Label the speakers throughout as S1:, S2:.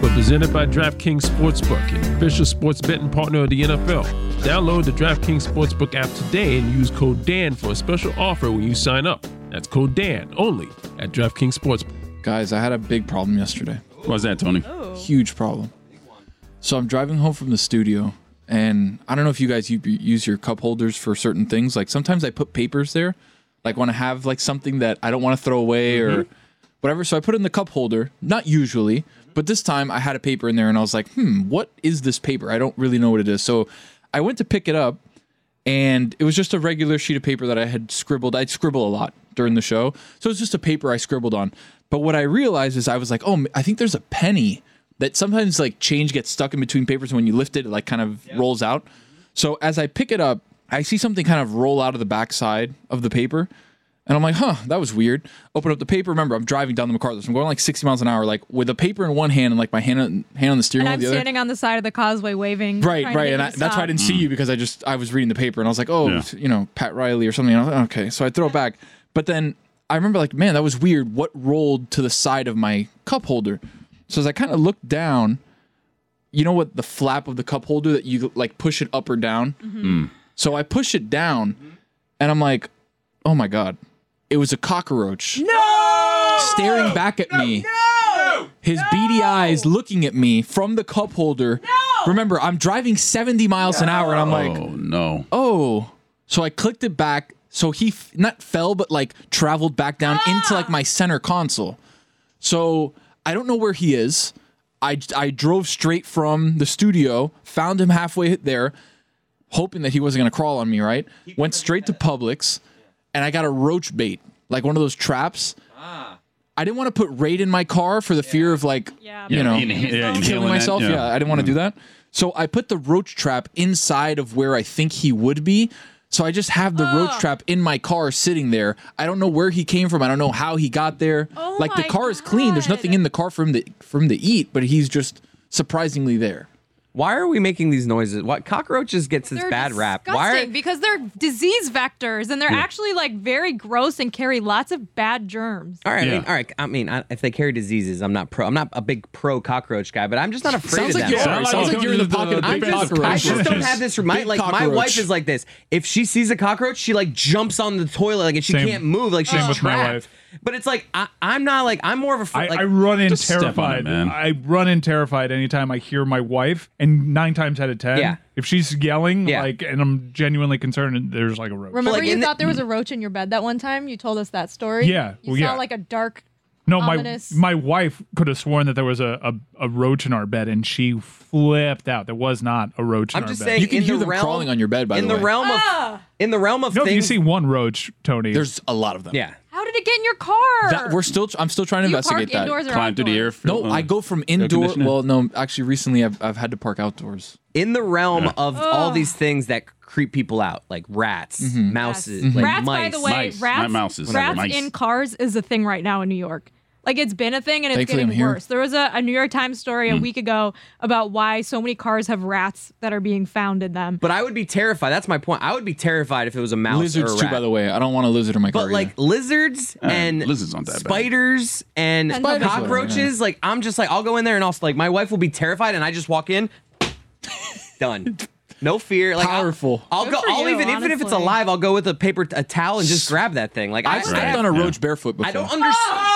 S1: but presented by DraftKings Sportsbook, an official sports betting partner of the NFL. Download the DraftKings Sportsbook app today and use code DAN for a special offer when you sign up. That's code DAN only at DraftKings Sportsbook.
S2: Guys, I had a big problem yesterday.
S3: What's that, Tony?
S2: Huge problem. So I'm driving home from the studio, and I don't know if you guys u- use your cup holders for certain things. Like sometimes I put papers there, like want to have like something that I don't want to throw away or whatever. So I put it in the cup holder. Not usually, but this time I had a paper in there, and I was like, hmm, what is this paper? I don't really know what it is. So I went to pick it up, and it was just a regular sheet of paper that I had scribbled. I'd scribble a lot during the show, so it's just a paper I scribbled on. But what I realized is I was like, oh, m- I think there's a penny that sometimes like change gets stuck in between papers, and when you lift it, it like kind of rolls out. So as I pick it up, I see something kind of roll out of the backside of the paper. And I'm like, huh, that was weird. Open up the paper. Remember, I'm driving down the MacArthur. So I'm going like 60 miles an hour, like with a paper in one hand and like my hand on, hand on the steering
S4: And
S2: wheel.
S4: I'm
S2: the other.
S4: standing on the side of the causeway waving. trying
S2: Right,
S4: to
S2: right,
S4: get
S2: and
S4: you
S2: I,
S4: to
S2: that's why
S4: stop.
S2: I didn't see you because I just I was reading the paper and I was like, oh,
S3: Yeah.
S2: you know, Pat Riley or something. And I was like, okay, so I throw it back, but then I remember like, man, that was weird. What rolled to the side of my cup holder? So as I kind of looked down, you know what, the flap of the cup holder that you like push it up or down. So I push it down, and I'm like, oh my god, it was a cockroach. No, staring back at me. His beady eyes looking at me from the cup holder. Remember, I'm driving 70 miles an hour and I'm like,
S3: Oh no.
S2: oh. So I clicked it back. So he f- not fell, but like traveled back down into like my center console. So I don't know where he is. I, I drove straight from the studio, found him halfway there, hoping that he wasn't going to crawl on me, right? Went straight to Publix and I got a roach bait, like one of those traps. I didn't want to put raid in my car for the fear of like,
S4: Yeah,
S2: you
S4: but-
S2: know,
S3: inha- yeah, inhaling
S2: killing
S3: that,
S2: myself. yeah. I didn't want to do that. So I put the roach trap inside of where I think he would be. So I just have the
S4: Ah.
S2: roach trap in my car sitting there. I don't know where he came from. I don't know how he got there.
S4: Oh
S2: like the
S4: my
S2: car is clean. There's nothing
S4: God.
S2: in the car for him to for him to eat, but he's just surprisingly there.
S5: Why are we making these noises? What cockroaches gets this
S4: They're
S5: bad rap? Why
S4: disgusting
S5: are
S4: because they're disease vectors and they're actually like very gross and carry lots of bad germs.
S5: all right, I
S3: Yeah.
S5: mean, all right. I mean, I, if they carry diseases, I'm not pro. I'm not a big pro cockroach guy, but I'm just not afraid
S2: Sounds
S5: of
S2: like
S5: them.
S2: you are.
S3: Sounds
S2: Sounds,
S3: like going
S2: like, you're in the
S3: to the-
S2: pocket of
S3: I'm
S2: big
S3: just-
S5: I
S2: cockroaches.
S5: just don't have this. My
S2: Big
S5: like my
S2: cockroach.
S5: wife is like this. If she sees a cockroach, she like jumps on the toilet, like and she
S6: Same-
S5: can't move, like she's
S6: same with my
S5: trapped.
S6: wife.
S5: But it's like I, I'm not like I'm more of a fr-
S6: I,
S5: like
S6: I run in
S3: Just step on it,
S6: terrified.
S3: man.
S6: I run in terrified anytime I hear my wife, and nine times out of ten,
S5: Yeah.
S6: if she's yelling,
S5: Yeah.
S6: like, and I'm genuinely concerned, there's like a roach.
S4: Remember,
S5: Like,
S4: you
S5: in the- Mm.
S4: thought there was a roach in your bed that one time. You told us that story.
S6: Yeah,
S4: you
S6: well,
S4: saw
S6: yeah.
S4: like a dark.
S6: no, my
S4: ominous.
S6: my wife could have sworn that there was a, a, a roach in our bed, and she flipped out. There was not a roach in
S5: I'm
S6: our
S5: just
S6: bed.
S5: saying
S2: You can
S5: in
S2: hear
S5: the
S2: them
S5: realm,
S2: crawling on your bed, by
S5: in
S2: the
S5: the,
S2: way.
S5: realm of
S4: Ah.
S5: in the realm of
S6: no, if you
S5: things.
S6: see one roach, Tony.
S2: There's a lot of them.
S5: yeah.
S4: How did it get in your car?
S2: That, we're still. I'm still trying to
S4: Do you park
S2: investigate that.
S4: indoors or
S3: Climb through the air.
S4: outdoors?
S2: No, I go from indoor.
S3: um, conditioner?
S2: Well, no, actually, recently I've, I've had to park outdoors.
S5: in the realm of all these things that creep people out, like rats,
S2: Mm-hmm.
S5: mouses, like
S4: rats,
S5: mice.
S4: by the way,
S3: Mice, not
S4: rats,
S3: mouses, whatever,
S4: rats
S3: mice.
S4: in cars is a thing right now in New York. Like it's been a thing and it's
S2: Thankfully, I'm
S4: getting
S2: here.
S4: worse. There was a, a New York Times story
S3: Hmm.
S4: a week ago about why so many cars have rats that are being found in them.
S5: But I would be terrified. That's my point. I would be terrified if it was a mouse or
S2: Lizards
S5: a
S2: too,
S5: rat.
S2: by the way. I don't want a lizard in my car.
S5: But like lizards and
S3: lizards aren't that bad.
S5: spiders and
S4: Spiders
S2: are,
S5: cockroaches, like I'm just like I'll go in there and I'll like my wife will be terrified and I just walk in, done. No fear. Like I'll-
S2: Powerful.
S5: I'll,
S4: Good
S5: go.
S4: for
S5: I'll
S4: you,
S5: even even if it's
S4: honestly.
S5: alive, I'll go with a paper a towel and just grab that thing. Like I,
S2: I've
S5: I,
S2: stepped
S5: have-
S2: on a roach barefoot before.
S5: I don't understand.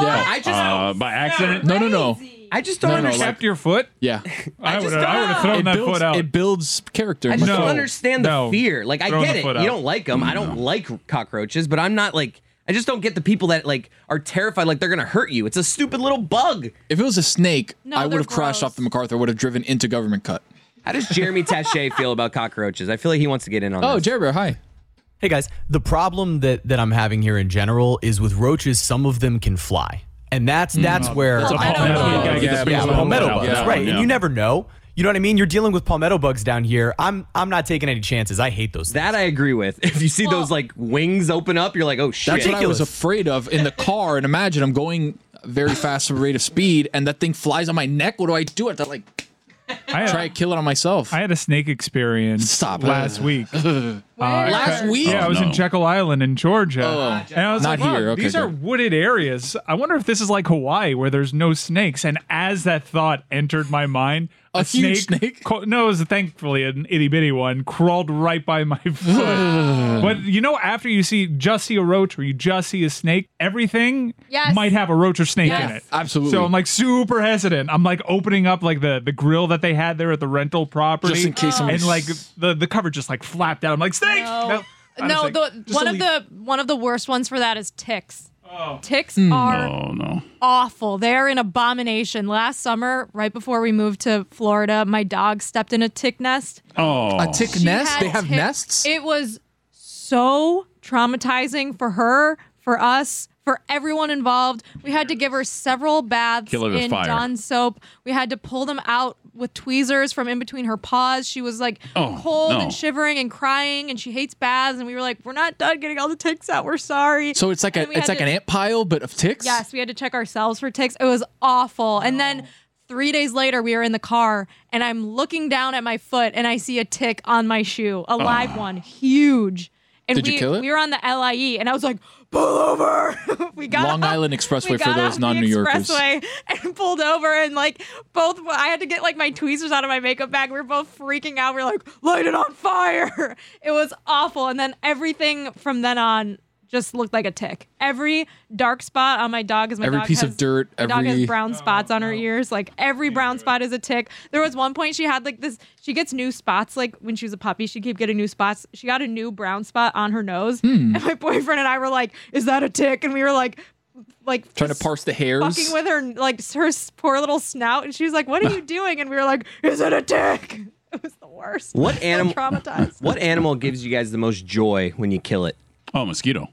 S2: Yeah.
S5: I just
S3: Uh, by accident?
S2: no, no, no.
S4: Crazy.
S5: I just don't
S2: No, no,
S5: understand.
S2: like-
S6: Kept your foot?
S2: Yeah.
S6: I would
S5: just
S6: have
S5: don't
S6: I
S5: know.
S6: would've thrown
S2: it,
S6: that
S2: builds,
S6: foot out.
S2: it builds character.
S5: I
S2: in
S5: just
S2: my
S5: don't
S2: soul.
S5: understand the
S6: No.
S5: fear. Like I
S6: Throwing
S5: get
S6: the
S5: it.
S6: foot
S5: You
S6: out.
S5: don't like them. I don't like cockroaches, but I'm not like I just don't get the people that like are terrified like they're going to hurt you. It's a stupid little bug.
S2: If it was a snake,
S4: No,
S2: I would
S4: they're
S2: have crashed
S4: gross.
S2: off the MacArthur, would have driven into government cut.
S5: How does Jeremy Taché feel about cockroaches? I feel like he wants to get in on
S2: Oh,
S5: this.
S2: Jerry Bear, hi.
S7: Hey guys, the problem that that I'm having here in general is with roaches. Some of them can fly, and that's that's where
S6: That's a
S7: I-
S6: palmetto
S4: palmetto
S6: bug.
S4: bug.
S6: You gotta get the
S2: Yeah,
S6: biggest
S7: yeah, palmetto
S6: one out.
S7: bugs,
S2: Yeah,
S7: right?
S2: yeah.
S7: And you never know. You know what I mean? You're dealing with palmetto bugs down here. I'm I'm not taking any chances. I hate those.
S5: That I agree with. If you see
S4: Well-
S5: those like wings open up, you're like, oh shit.
S2: That's what I was
S7: Ridiculous.
S2: afraid of in the car. And imagine I'm going very fast rate of speed, and that thing flies on my neck. What do I do? I have to like
S6: I had,
S2: try to kill it on myself.
S6: I had a snake experience
S2: Stop.
S6: last week.
S4: Where?
S2: Last week,
S6: Yeah,
S1: Oh,
S6: I was in Jekyll Island in Georgia.
S2: Oh.
S6: and I was
S2: Not
S6: like, wow,
S2: here. Okay,
S6: these are
S2: good.
S6: wooded areas. I wonder if this is like Hawaii where there's no snakes. And as that thought entered my mind,
S2: A huge snake?
S6: cra- no, it was thankfully an itty bitty one, crawled right by my foot. but you know, after you see just see a roach or you just see a snake, everything
S4: Yes.
S6: might have a roach or snake in
S4: Yes.
S6: it.
S2: Absolutely.
S6: So I'm like super hesitant. I'm like opening up like the, the grill that they had there at the rental property.
S2: Just in case somebody
S6: and like
S2: s-
S6: the, the cover just like flapped out. I'm like, snake!
S4: No,
S6: No. I was
S4: no.
S6: like,
S4: the,
S6: just
S4: one
S6: a
S4: of
S6: leaf.
S4: the one of the worst ones for that is ticks. Ticks are
S2: Oh no.
S4: awful. They're an abomination. Last summer, right before we moved to Florida, my dog stepped in a tick nest.
S2: A tick
S4: She
S2: nest?
S4: had
S2: They have
S4: ticks.
S2: nests?
S4: It was so traumatizing for her, for us, for everyone involved. We had to give her several baths
S1: Kill her with
S4: in
S1: fire.
S4: Dawn soap. We had to pull them out with tweezers from in between her paws. She was like
S1: Oh,
S4: cold
S1: no.
S4: and shivering and crying, and she hates baths. And we were like, "We're not done getting all the ticks out. We're sorry."
S2: so it's like
S4: And
S2: a
S4: we had
S2: it's like
S4: to-
S2: an ant pile, but of ticks?
S4: Yes, we had to check ourselves for ticks. It was awful. And then three days later, we were in the car, and I'm looking down at my foot, and I see a tick on my shoe, a live one, huge. And
S2: Ah. Did
S4: we,
S2: you kill it?
S4: We were on the LIE, and I was like, "Pull over!" we got
S2: Long
S4: off-
S2: Island
S4: we
S2: Expressway for
S4: got
S2: those
S4: off the
S2: non-New Yorkers.
S4: Expressway and pulled over, and like both, I had to get like my tweezers out of my makeup bag. We were both freaking out. We were like, "Light it on fire!" It was awful. And then everything from then on just looked like a tick. Every dark spot on my dog is my
S2: Every
S4: dog
S2: piece of
S4: has-
S2: dirt,
S4: my dog
S2: every-
S4: has brown spots on her ears. Like every brown spot is a tick. There was one point she had like this. She gets new spots. Like when she was a puppy, she kept getting new spots. She got a new brown spot on her nose,
S2: Hmm.
S4: and my boyfriend and I were like, "Is that a tick?" And we were like, like
S2: Trying to parse the hairs.
S4: fucking with her like her s- poor little snout, and she was like, "What are you doing?" And we were like, "Is it a tick?" It was the worst.
S5: What
S4: So
S5: animal-
S4: Traumatized.
S5: What animal gives you guys the most joy when you kill it?
S1: Oh, mosquito.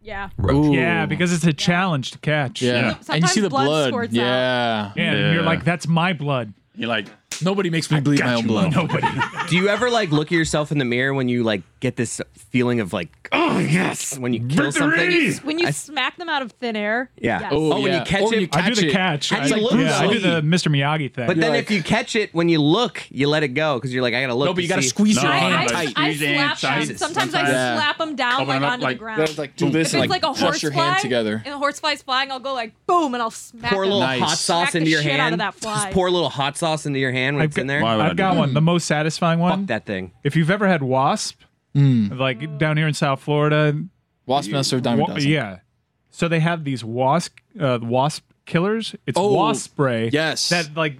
S4: Yeah.
S2: Ooh.
S6: Yeah, because it's a challenge to catch.
S2: Yeah. And you
S4: Sometimes
S2: see the
S4: blood
S2: blood.
S4: squirts out.
S2: yeah.
S6: And
S1: Yeah.
S6: you're like, that's my blood.
S1: You're like,
S2: Nobody makes me bleed my own blood.
S6: Nobody.
S5: Do you ever like look at yourself in the mirror when you like get this feeling of like, oh yes, when you kill something?
S4: When you smack them out of thin air.
S5: Yeah.
S4: yes.
S5: Oh, when you
S2: yeah.
S5: catch
S2: Or when
S5: it-
S2: you
S6: I do the
S2: it.
S6: catch.
S5: How do
S6: I,
S5: you look
S6: yeah, I do
S5: sleep?
S6: the Mr. Uh, Miyagi thing.
S5: But then
S2: like-
S5: if you catch it when you look, you let it go because you're like, I gotta look.
S2: No, but you
S5: got
S2: gotta
S5: to see.
S2: squeeze your
S1: No,
S4: I,
S2: hand
S1: no,
S4: Oh, I,
S2: tight.
S1: no.
S4: I
S1: Squeeze your
S4: slap
S1: hands
S4: them.
S1: tight.
S4: Sometimes, I
S2: Yeah.
S4: slap them down
S1: Open
S4: like
S1: it up,
S4: onto
S1: like-
S4: the ground.
S2: Like do this
S4: if
S2: and
S4: it's like a
S2: crush
S4: horsefly
S2: your hand together.
S4: and the horsefly's flying, I'll go like boom, and I'll smack
S5: pour a
S4: it.
S5: little
S2: Nice.
S5: hot sauce
S4: Smack the
S5: into your
S4: shit
S5: hand.
S4: out of that fly.
S5: Just pour a little hot sauce into your hand when
S6: I've
S5: it's in
S6: got,
S5: there.
S1: Why would I
S6: I've
S1: do
S6: got
S1: that?
S6: one. The most satisfying one.
S5: Fuck that thing.
S6: If you've ever had wasp, like down here in South Florida,
S2: Wasp Master of Diamond
S6: wa-
S2: Dozen.
S6: yeah. So they have these wasp uh, wasp killers. It's
S2: Oh,
S6: wasp spray.
S2: yes.
S6: That like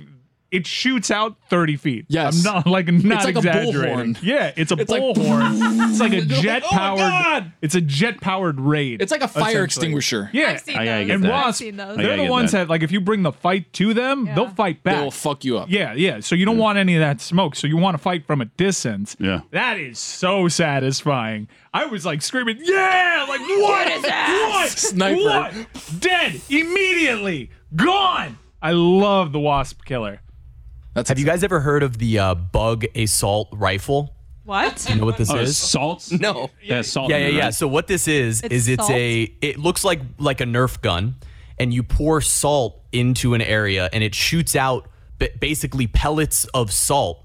S6: it shoots out thirty feet.
S2: Yes.
S6: I'm not like not
S2: like a
S6: exaggerating.
S2: bullhorn.
S6: Yeah, it's a
S2: like- "Oh
S6: bullhorn. it's like a jet powered.
S2: God!
S6: it's a jet powered raid.
S2: It's like a fire
S6: essentially.
S2: extinguisher.
S6: Yeah,
S4: I've seen
S1: I gotta
S4: those.
S1: get
S6: and
S1: that.
S4: I've
S6: wasp,
S4: seen those.
S1: I
S6: they're
S1: gotta
S6: the
S1: get
S6: ones
S1: that.
S6: that. like if you bring the fight to them, they'll fight back.
S2: They will fuck you up.
S6: Yeah, yeah. So you don't want any of that smoke. So you want to fight from a distance.
S1: Yeah.
S6: That is so satisfying. I was like screaming, yeah, like what? what?
S2: Sniper.
S6: What? Dead immediately. Gone. I love the wasp killer.
S2: That's
S7: Have you guys ever heard of the uh, bug assault rifle?
S4: What?
S7: You know what this
S1: oh,
S7: is?
S1: salt?
S5: No.
S1: That's salt.
S7: Yeah,
S1: in
S7: yeah,
S1: it,
S7: yeah.
S1: right?
S7: So what this is
S4: It's
S7: is it's
S4: salt?
S7: a it looks like like a Nerf gun, and you pour salt into an area, and it shoots out ba- basically pellets of salt.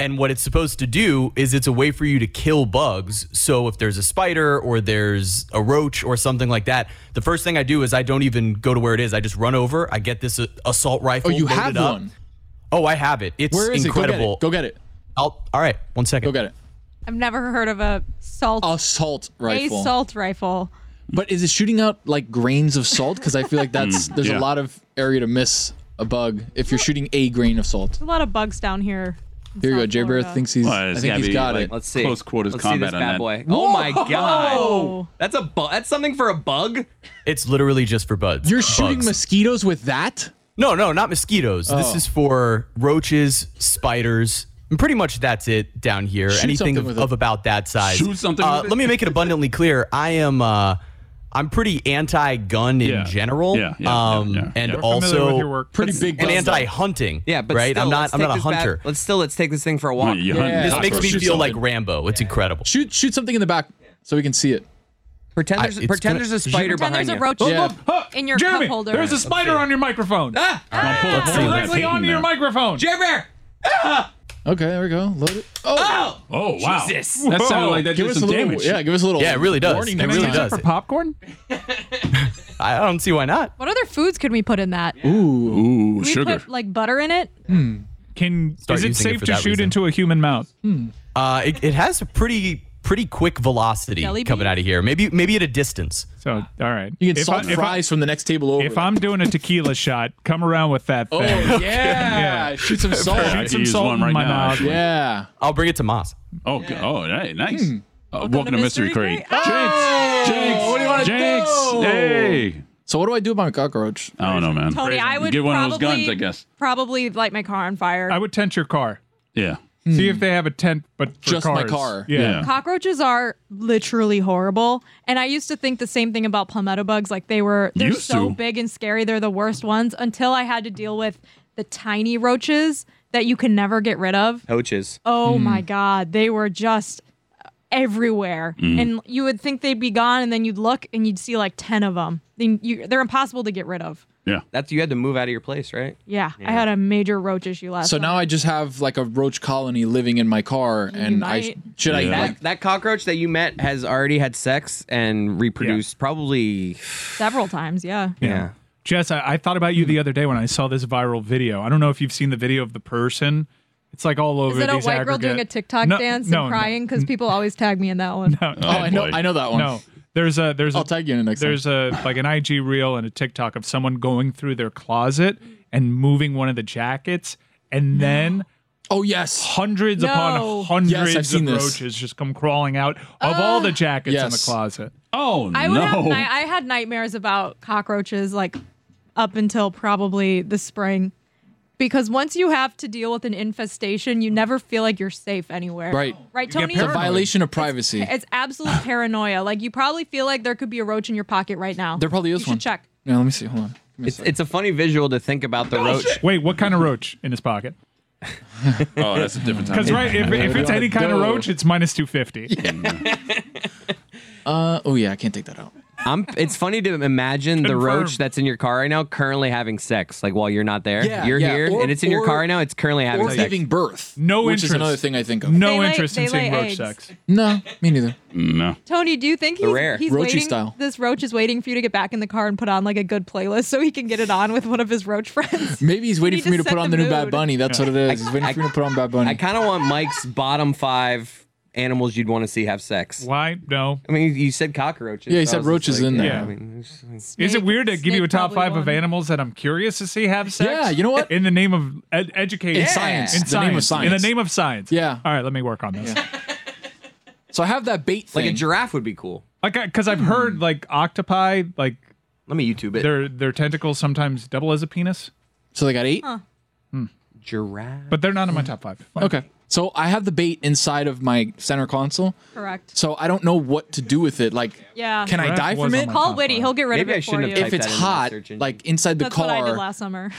S7: And what it's supposed to do is it's a way for you to kill bugs. So if there's a spider or there's a roach or something like that, the first thing I do is I don't even go to where it is. I just run over. I get this uh, assault
S2: Oh,
S7: rifle.
S2: you
S7: load
S2: have
S7: it up.
S2: one.
S7: Oh, I have it. It's
S2: Where is
S7: incredible.
S2: it? Go get it.
S7: I'll, all right, one second.
S2: Go get it. Go get it.
S4: I've never heard of a salt
S2: Assault rifle.
S4: assault rifle.
S2: But is it shooting out like grains of salt? Because I feel like that's there's
S1: yeah.
S2: a lot of area to miss. a bug if you're shooting a grain of salt.
S4: There's a lot of bugs down here. in
S2: Here you go.
S4: South
S2: Jay Bear
S4: Florida.
S2: thinks he's.
S3: Well,
S2: I
S3: it's
S2: think
S3: gotta
S2: he's
S3: be,
S2: got
S3: like,
S2: it.
S3: Let's see. close quarters
S5: Let's
S3: combat
S5: see
S3: on
S5: this bad
S3: that.
S5: boy. Oh my
S7: Whoa!
S5: god, that's a bu- that's something for a bug.
S7: It's literally just for buds. You're
S2: shooting mosquitoes with that?
S7: No, no, not mosquitoes. This
S2: Oh.
S7: is for roaches, spiders. And pretty much that's it down here.
S2: Shoot
S7: Anything
S2: something
S7: of,
S2: with it.
S7: of about that size.
S2: Shoot something
S7: Uh,
S2: with it.
S7: Let me make it abundantly clear. I am. Uh, I'm pretty anti-gun in
S2: Yeah.
S7: general.
S2: Yeah, yeah,
S7: um, And
S2: We're familiar
S7: also
S2: with your work. Pretty
S7: and
S2: big gun, though.
S7: anti-hunting.
S5: Yeah, but
S7: right.
S5: still,
S7: I'm not.
S5: let's
S7: I'm
S5: take
S7: not a
S5: this bad-
S7: hunter.
S5: let's still let's take this thing for a walk.
S7: This makes me feel like Rambo. It's incredible.
S2: Shoot, shoot something in the back so we can see it.
S5: Pretend
S7: there's- I- it's pretend gonna- there's a spider
S4: Pretend there's a roach
S2: Yeah.
S4: in your
S6: Jeremy,
S4: cup holder.
S6: there's a spider on your microphone. Ah,
S2: Let's see.
S6: directly
S2: Peyton
S6: onto your
S2: now.
S6: microphone.
S5: Jeremy.
S2: Okay, there we go. Load it.
S5: Oh,
S6: oh
S2: wow. Jesus. That sounded like that did
S7: was
S2: some damage.
S7: Yeah, it really does.
S2: warning
S7: it
S2: next
S7: really
S2: time.
S7: does.
S2: For
S6: popcorn?
S7: I I don't see why not.
S4: What other foods could we put in that?
S6: Ooh,
S4: we put like butter in it.
S6: Can
S7: Start
S6: is it
S7: using it
S6: safe
S7: for
S6: to
S7: that
S6: shoot
S7: reason.
S6: into a human mouth?
S7: Uh, it, it has a pretty pretty quick velocity
S6: Jelly
S7: coming out of here. Maybe maybe at a distance.
S6: So all right,
S2: You can salt fries from the next table over.
S6: If I'm doing a tequila shot, come around with that thing.
S2: Oh, yeah. Shoot some salt.
S6: Shoot some salt in my mouth.
S2: Yeah.
S7: I'll bring it to Moss.
S3: Oh, g- oh, hey, nice. Uh, welcome,
S2: to
S3: to Mystery,
S2: Mystery
S3: Crate. Jinx! Jinx!
S2: Oh, what do you want to
S3: Jinx!
S2: do?
S3: Hey!
S2: So what do I do about my cockroach?
S3: I don't know, man.
S4: Tony, I would
S3: get one
S4: probably
S3: of those guns, I guess.
S4: probably light my car on fire.
S6: I would tent your car.
S3: Yeah.
S2: Hmm.
S6: See if they have a tent, but for
S2: Just my
S6: cars.
S2: car.
S6: Yeah.
S3: Yeah.
S4: Cockroaches are literally horrible, and I used to think the same thing about palmetto bugs. Like they were, they're
S3: Used
S4: so
S3: to.
S4: big and scary. They're the worst ones until I had to deal with the tiny roaches that you can never get rid of.
S5: Coaches.
S4: Oh
S3: Mm.
S4: my god, they were just everywhere,
S5: Mm.
S4: and you would think they'd be gone, and then you'd look and you'd see like ten of them. Then you, they're impossible to get rid of.
S3: Yeah.
S5: That's you had to move out of your place, right?
S4: Yeah, I had a major roach issue last.
S2: So now I just have like a roach colony living in my car, and I
S4: might.
S2: should I
S5: that,
S2: like,
S5: that cockroach that you met has already had sex and reproduced probably
S4: several times. Yeah.
S5: yeah.
S6: Jess, I, I thought about you the other day when I saw this viral video. I don't know if you've seen the video of the person. It's like all over
S4: Is it a
S6: these
S4: white girl
S6: aggregate-
S4: doing a TikTok
S6: No,
S4: dance
S6: no,
S4: and
S6: no.
S4: crying? Because people always tag me in that one.
S6: No,
S2: Oh, I know- boy. I know that one.
S6: No, there's a there's
S2: I'll
S6: a,
S2: tag you in the next
S6: There's a like an IG reel and a TikTok of someone going through their closet and moving one of the jackets, and then
S2: oh yes,
S6: hundreds
S4: No.
S6: upon
S2: Yes,
S6: hundreds
S2: I've seen
S6: of
S2: this.
S6: roaches just come crawling out of all
S4: Uh,
S6: the jackets in the
S2: Yes.
S6: closet. Oh
S4: I would have. Ni- I had nightmares about cockroaches like up until probably the spring, because once you have to deal with an infestation, you never feel like you're safe anywhere.
S2: right?
S4: Right, Tony.
S2: It's a violation of privacy.
S4: It's absolute paranoia. Like you probably feel like there could be a roach in your pocket right now.
S2: There probably is
S4: you should
S2: one.
S4: Check.
S2: Yeah, let me see. Hold on.
S5: It's, it's a funny visual to think about
S4: Oh,
S5: the roach.
S6: Wait, what kind of roach in his pocket?
S3: Oh, that's a different time.
S6: Because right, if, if it's any kind of roach, it's minus two fifty.
S2: Uh oh yeah, I can't take that out.
S5: I'm, it's funny to imagine the roach that's in your car right now currently having sex, like while you're not there.
S2: Yeah,
S5: you're
S2: yeah,
S5: here
S2: or-
S5: and it's in your
S2: or-
S5: car right now. It's currently having
S2: Or
S5: sex.
S2: giving birth.
S6: No
S2: which is
S6: interest.
S2: another thing I think of.
S6: No
S4: They lay-
S6: interest in
S4: they
S6: seeing
S4: lay
S6: roach
S4: eggs.
S6: sex.
S2: No, me neither.
S3: No.
S4: Tony, do you think
S2: The
S4: he's,
S2: rare.
S4: he's
S2: Roachy
S4: waiting?
S2: style.
S4: This roach is waiting for you to get back in the car and put on like a good playlist so he can get it on with one of his roach friends.
S2: Maybe he's waiting
S4: need
S2: for me
S4: to
S2: to
S4: set
S2: put on
S4: the
S2: the new
S4: mood.
S2: Bad Bunny. That's what it is. He's waiting for me to put on Bad Bunny.
S5: I kind of want Mike's bottom five animals you'd want to see have sex.
S6: Why? No.
S5: I mean, you said cockroaches.
S2: Yeah, he
S5: so
S2: said
S5: I was just
S2: roaches
S5: like,
S2: in there.
S5: yeah, I
S2: Yeah.
S5: mean, it's-
S6: Is it weird to give you a
S4: Snake
S6: top
S4: probably
S6: five of
S4: won.
S6: animals that I'm curious to see have sex?
S2: Yeah, you know what?
S6: In the name of ed- education,
S2: In science.
S6: in
S2: The name of
S6: in the
S2: science.
S6: name of science.
S2: Yeah.
S6: All right, let me work on this.
S2: So I have that bait thing.
S5: like a giraffe would be cool.
S6: Like, because I've heard like octopi, like
S5: let me YouTube it.
S6: Their their tentacles sometimes double as a penis,
S2: so they got eight.
S5: Giraffe.
S6: but they're not in my top five.
S2: Okay. So I have the bait inside of my center console.
S4: Correct.
S2: So I don't know what to do with it. Like,
S4: Yeah.
S2: can I die from it?
S4: Call Whitty. He'll get rid
S5: Maybe
S4: of it
S5: I shouldn't
S4: for
S5: have
S4: you.
S2: If it's hot, like inside the
S4: That's what I did
S2: car,
S4: last summer.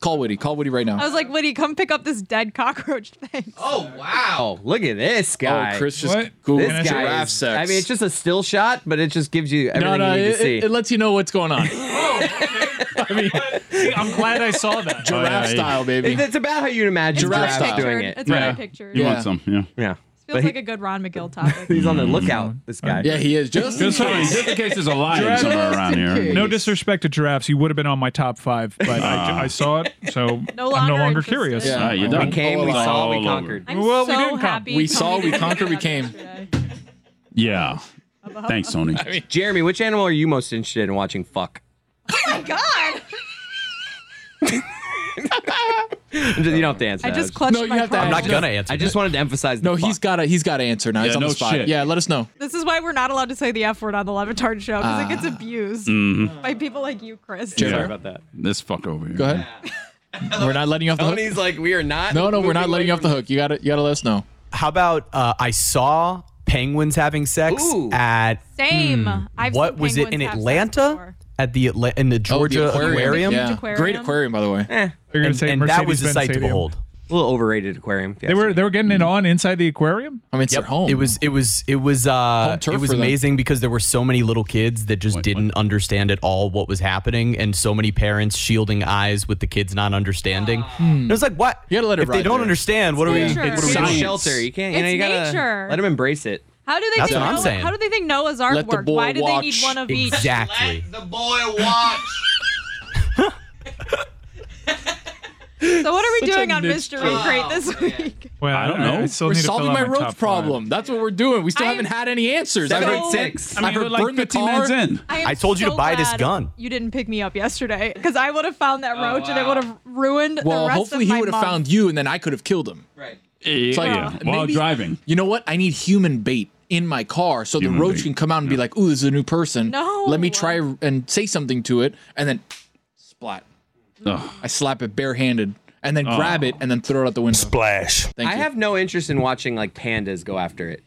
S2: call Woody. Call Woody right now.
S4: I was like, Whitty, come pick up this dead cockroach thing.
S5: Oh wow! Look at this guy.
S2: Oh, Chris just What? Googled
S5: this guy
S2: giraffe
S5: is-
S2: sex.
S5: I mean, it's just a still shot, but it just gives you everything you need
S2: it,
S5: to see. Oh,
S2: it- it lets you know what's going on.
S6: See, I'm glad I saw that.
S2: Giraffe
S5: yeah,
S2: style, baby.
S5: It- it's about how you imagine
S2: It's
S5: giraffe
S2: very
S5: doing
S4: pictured.
S5: it.
S4: It's very Yeah. pictured.
S3: You
S4: Yeah.
S3: want some, yeah.
S5: Yeah.
S4: Feels like a good Ron McGill topic.
S5: He's on the lookout. This guy.
S2: Mm-hmm. yeah, he is. Just,
S3: Just
S2: in
S3: in
S2: case.
S3: just in case there's a lion somewhere around here.
S6: No disrespect to giraffes, you would have been on my top five, but I, I saw it, so
S4: No
S6: I'm no
S4: longer
S6: longer
S4: interested.
S6: curious.
S3: Yeah. All right, you're done.
S5: We came, we
S3: All
S5: saw, we
S3: over.
S5: conquered.
S4: I'm
S6: Well, we
S4: so
S6: didn't come.
S4: happy.
S2: We saw,
S4: Tony
S2: we
S4: didn't
S2: conquered, we
S4: bring it up
S2: came.
S4: yesterday.
S3: Yeah. Thanks, Sony.
S5: Jeremy, which animal are you most interested in watching fuck?
S4: God.
S5: you don't have to answer.
S4: I
S5: that.
S4: just clutched my pearls. I'm not gonna
S5: answer. I just wanted to emphasize. No,
S2: he's got to. He's got to answer now.
S5: Yeah,
S2: he's on
S5: no
S2: the spot.
S5: shit.
S2: Yeah, let us know.
S4: This is why we're not allowed to say the F word on the Levitard show because it gets
S2: Ah.
S4: abused
S6: Mm-hmm.
S3: Mhm.
S4: by people like you, Chris.
S3: that. This fuck over here.
S2: Go ahead. We're not letting you off the hook.
S5: Tony's like, we are not.
S2: No, no, we're not letting you off the hook. You got to. You got to let us know.
S7: How about uh, I saw penguins having sex at
S4: Same.
S7: hmm,
S4: I've seen
S7: what was it in
S4: penguins have sex
S7: Atlanta? At the Atla- in the Georgia aquarium,
S2: Yeah. Great aquarium, by the way.
S6: They're gonna
S7: And-
S6: say
S7: and that was a
S6: Mercedes-Benz
S7: sight to
S6: Stadium.
S7: behold.
S5: A little overrated aquarium.
S6: They were they were getting it on inside the aquarium.
S2: I mean, it's
S7: Yep. It was it was it was uh
S6: turf
S7: it was
S6: for them.
S7: amazing because there were so many little kids that just didn't understand at all what was happening, and so many parents shielding eyes with the kids not understanding. It was like what? You gotta let
S5: it
S7: If they
S5: ride
S7: don't
S5: there.
S7: understand, what are we?
S4: It's nature.
S7: What are we
S5: It's
S7: doing?
S5: shelter. You can't. You know,
S4: It's
S5: you gotta
S4: nature.
S5: let him embrace it.
S4: How do they
S5: That's
S4: think
S5: what I'm
S4: Noah-
S5: saying.
S4: How do they think Noah's artwork?
S5: Let the boy
S4: Why do they need
S5: watch.
S4: one of each?
S7: Exactly.
S5: The boy watch.
S4: So what are we
S2: Such a
S4: doing on
S2: niche
S4: Mystery
S2: job.
S4: Crate this week?
S6: Well,
S2: I
S6: don't know. I still
S2: we're
S6: need to
S2: solving
S6: fill out
S2: my
S6: my
S2: roach
S6: top
S2: problem. That's what we're doing. We still
S4: I'm-
S2: haven't had any answers.
S4: Seven,
S2: I've heard
S4: six.
S2: I've
S4: I mean,
S2: heard
S4: we're like
S2: burn the
S4: 15
S2: car.
S4: minutes in. am
S7: I told you
S4: so
S7: to buy this
S4: glad
S7: gun.
S4: You didn't pick me up yesterday because I would have found that
S5: Oh,
S4: roach and it would have ruined the
S2: Well,
S4: rest
S2: hopefully
S4: of
S2: he
S4: my
S2: would have
S4: month.
S2: found you, and then I could have killed him. Right. It's like, uh,
S3: Yeah, while driving.
S2: You know what? I need human bait in my car so the roach can come out and be like, "Ooh, this is a new person.
S4: No.
S2: Let me try and say something to it, and then splat. I slap it barehanded, and then grab it, and then throw it out the window. Splash. Thank
S5: I
S2: you.
S5: have no interest in watching like pandas go after it.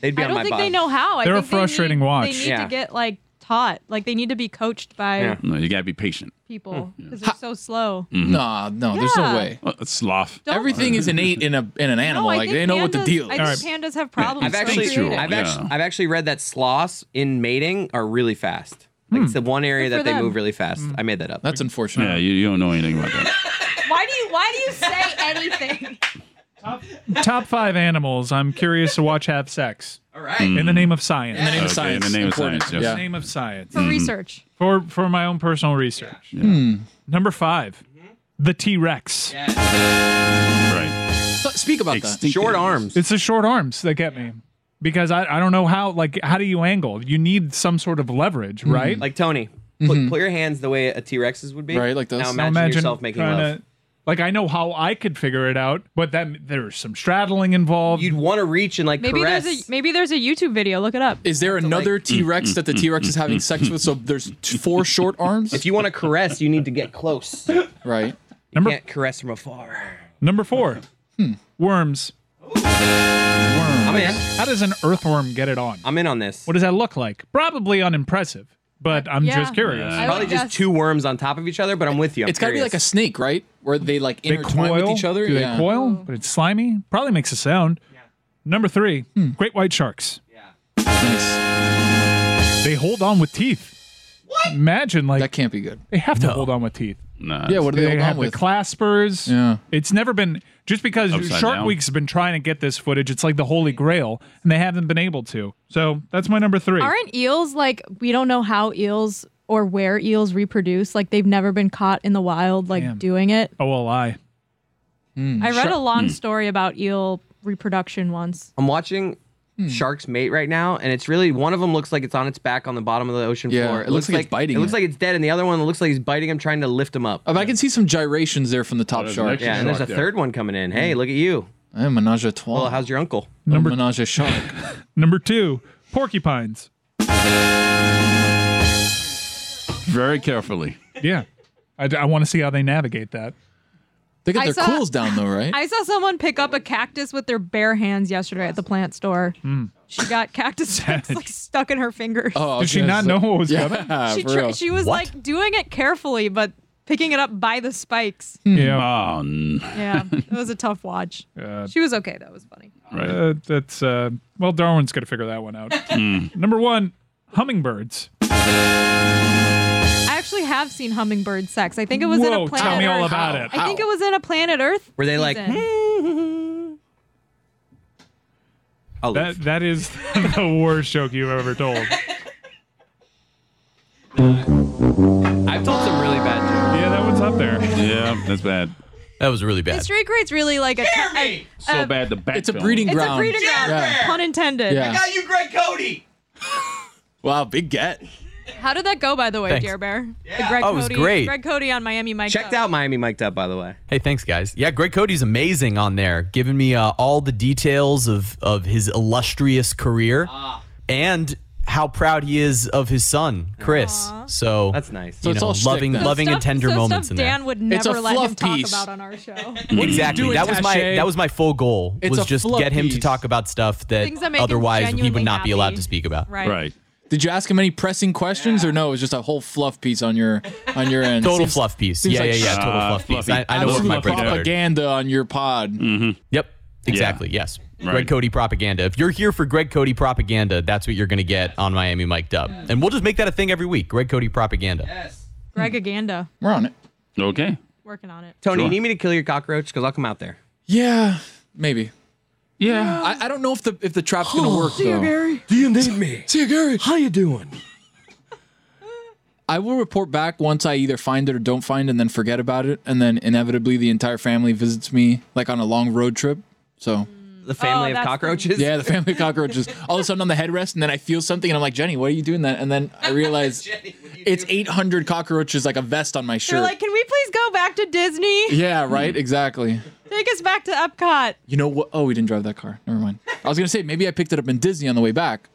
S5: They'd be
S4: I
S5: on
S4: don't
S5: my
S4: think
S5: bottom.
S4: they know how. I
S5: They're a
S4: think they need-
S5: frustrating
S4: They
S5: watch.
S4: need
S5: Yeah.
S4: to get like taught. Like they need to be coached by
S3: Yeah. No, you gotta be patient.
S4: people
S5: Hmm.
S4: because they're so slow.
S2: Hmm.
S3: Mm-hmm.
S2: Nah, no, there's
S4: Yeah.
S2: no way.
S3: Uh, sloth.
S2: Everything is innate in a in an
S4: No,
S2: animal.
S4: I
S2: like
S4: think
S2: they know what the
S4: pandas-
S2: deal
S4: I
S2: is.
S4: think pandas have problems.
S5: I've
S4: with
S5: actually,
S4: creating.
S5: I've,
S2: yeah.
S5: actually, I've actually read that sloths in mating are really fast. Like, It's the one area
S4: Good for
S5: that they
S4: them.
S5: move really fast. I made that up.
S2: Hmm. That's unfortunate.
S3: Yeah, you, you don't know anything about that.
S4: Why do you Why do you say anything?
S6: Top five animals I'm curious to watch have sex. All
S5: right.
S6: In the name of science.
S3: In the name of Okay, science. in the name of
S6: Important.
S3: science, yes.
S6: In the name of science.
S4: For research.
S6: For for my own personal research.
S2: Hmm.
S6: Number 5
S2: Mm-hmm.
S6: The T Rex.
S3: Right.
S2: Speak about
S3: Extinct Short animals. arms.
S6: It's the short arms that get me. Because I, I don't know how like how do you angle? You need some sort of leverage,
S2: Mm-hmm.
S6: right?
S5: Like Tony, put, put your hands the way a T Rex's would be. Now imagine, yourself making
S6: trying
S5: love.
S6: to- like I know how I could figure it out, but that there's some straddling involved.
S5: You'd want to reach and like
S4: Maybe there's a Maybe there's a YouTube video. Look it up.
S2: Is there another T
S3: Mm,
S2: Rex that the T Rex is having sex with? So there's t- four short arms.
S5: If you want to caress, you need to get close. You
S2: Right.
S5: can't caress from afar.
S6: Number four,
S2: Hmm.
S6: worms. Worms.
S5: I'm in.
S6: How does an earthworm get it on?
S5: I'm in on this.
S6: What does that look like? Probably unimpressive, but I'm just curious.
S5: Probably just two worms on top of each other, but I'm with you. I'm
S2: It's got to be like a snake, right? Where they like
S6: They
S2: intertwine
S6: coil.
S2: with each other.
S6: Do
S2: Yeah.
S6: they coil? But it's slimy. Probably makes a sound. Number three,
S2: Hmm.
S6: great white sharks. They hold on with teeth. What? Imagine like that
S2: can't be good.
S6: They have to hold on with teeth.
S3: Nah.
S2: Yeah, what do they hold
S6: have
S2: on with?
S6: The claspers.
S2: Yeah.
S6: It's never been just because
S3: Upside
S6: Shark
S3: down.
S6: Week's been trying to get this footage. It's like the holy grail, and they haven't been able to. So that's my number three.
S4: Aren't eels like we don't know how eels or where eels reproduce? Like they've never been caught in the wild, like doing it.
S6: Oh, well, I.
S4: I read
S5: Sure.
S4: a long
S5: Hmm.
S4: story about eel reproduction once.
S5: I'm watching Shark's Mate right now, and it's really one of them looks like it's on its back on the bottom of the ocean
S2: Yeah,
S5: floor.
S2: it looks like it's biting
S5: It looks
S2: it.
S5: like it's dead, and the other one looks like he's biting him, trying to lift him up.
S2: Oh, but I can see some gyrations there from the top shark.
S5: Yeah, and there's a third one coming in. Hey,
S2: Hmm.
S5: look at you.
S2: I am menage a trois.
S5: Well, how's your uncle?
S6: Number-
S2: Number menage a shark.
S6: Number two, porcupines.
S3: Very carefully.
S6: Yeah. I, want to see how they navigate that.
S2: They
S4: got I their saw- quills
S2: down though, right?
S4: I saw someone pick up a cactus with their bare hands yesterday at the plant store.
S5: Hmm.
S4: She got cactus strips, like stuck in her fingers.
S2: Oh,
S6: Did she not know what was
S2: yeah,
S6: coming?
S4: she,
S2: for
S4: tri-
S2: real.
S4: she was like doing it carefully, but picking it up by the spikes.
S2: Hmm.
S6: Yeah.
S3: Oh, n-
S4: Yeah, it was a tough watch.
S6: Uh,
S4: She was okay. That was funny.
S3: Right.
S6: Uh, that's uh, well, Darwin's gonna figure that one out.
S3: Hmm.
S6: Number one, hummingbirds.
S4: I actually have seen hummingbird sex. I think it was in
S6: Whoa,
S4: a planet.
S6: tell me all
S4: Earth-
S6: about it.
S4: I think it was in a planet Earth.
S5: Were they like,
S7: hmm?
S4: season.
S6: That that is the worst joke you've ever told.
S5: I've told some really bad jokes.
S6: Yeah, that one's up there.
S3: yeah, that's bad.
S7: That was really bad.
S4: Mystery crate's really like a. a-
S3: So
S4: a-
S6: Um,
S3: bad the back.
S2: It's a breeding
S4: It's a
S2: ground.
S4: breeding ground.
S2: Yeah.
S4: Pun intended.
S2: Yeah. I got
S5: you, Greg Cody.
S2: Wow, big get.
S4: How did that go, by the way,
S5: Thanks.
S4: Dear Bear? The Greg
S7: Oh, it was
S4: Cody,
S7: great.
S4: Greg Cody on Miami Mike.
S7: Checked
S5: out Miami mic'd up, by the way.
S7: Hey, thanks, guys. Yeah, Greg Cody's amazing on there, giving me uh, all the details of of his illustrious career and how proud he is of his son, Chris. So that's
S5: nice.
S7: You know, loving, loving and tender moments in there.
S4: Dan would
S2: It's a
S4: never let him
S2: fluff
S4: talk
S2: piece.
S4: about on our show.
S7: exactly.
S2: doing,
S7: that was my
S2: Tache?
S7: that was my full goal
S2: It's a
S7: was just
S2: fluff
S7: get him to
S2: piece.
S7: talk about stuff that,
S4: Things that make him
S7: otherwise he
S4: genuinely
S7: would not be allowed
S4: happy.
S7: to speak about.
S4: Right. Right.
S2: Did you ask him any pressing questions or no? It was just a whole fluff piece on your on your end.
S7: Total fluff piece.
S2: seems
S7: Yeah,
S2: like
S7: yeah, yeah. Total
S2: Ah,
S7: fluff piece. I,
S2: fluffy.
S7: I know what
S2: Absolute
S7: my Mm. bread and butter.
S2: propaganda on your pod.
S7: Yep. Exactly. Yes. Greg Cody propaganda. If you're here for Greg Cody propaganda, that's what you're going to get on Miami Mic'd Up. And we'll just make that a thing every week. Greg Cody propaganda.
S4: Greg Aganda
S2: We're on it.
S7: Okay.
S4: working on it.
S5: Tony,
S7: Sure.
S5: you need me to kill your cockroach? Because I'll come out there.
S2: Yeah, maybe.
S5: Yeah.
S2: I, I don't know if the if the trap's
S7: Oh,
S2: gonna work
S5: See you,
S2: though.
S5: Gary.
S2: Do you need me? See you, Gary. How you doing? I will report back once I either find it or don't find, it and then forget about it, and then inevitably the entire family visits me, like on a long road trip. So
S4: Mm.
S5: The family of cockroaches.
S2: Yeah, the family of cockroaches. All of a sudden, on the headrest, and then I feel something, and I'm like, Jenny, why are you doing that? And then I realize it's 800 cockroaches, like a vest on my
S4: They're
S2: shirt.
S4: like, Hmm. can we please go back to Disney?
S2: yeah, right, exactly.
S4: Take us back to Epcot.
S2: You know what? Oh, we didn't drive that car. Never mind. I was gonna say maybe I picked it up in Disney on the way back,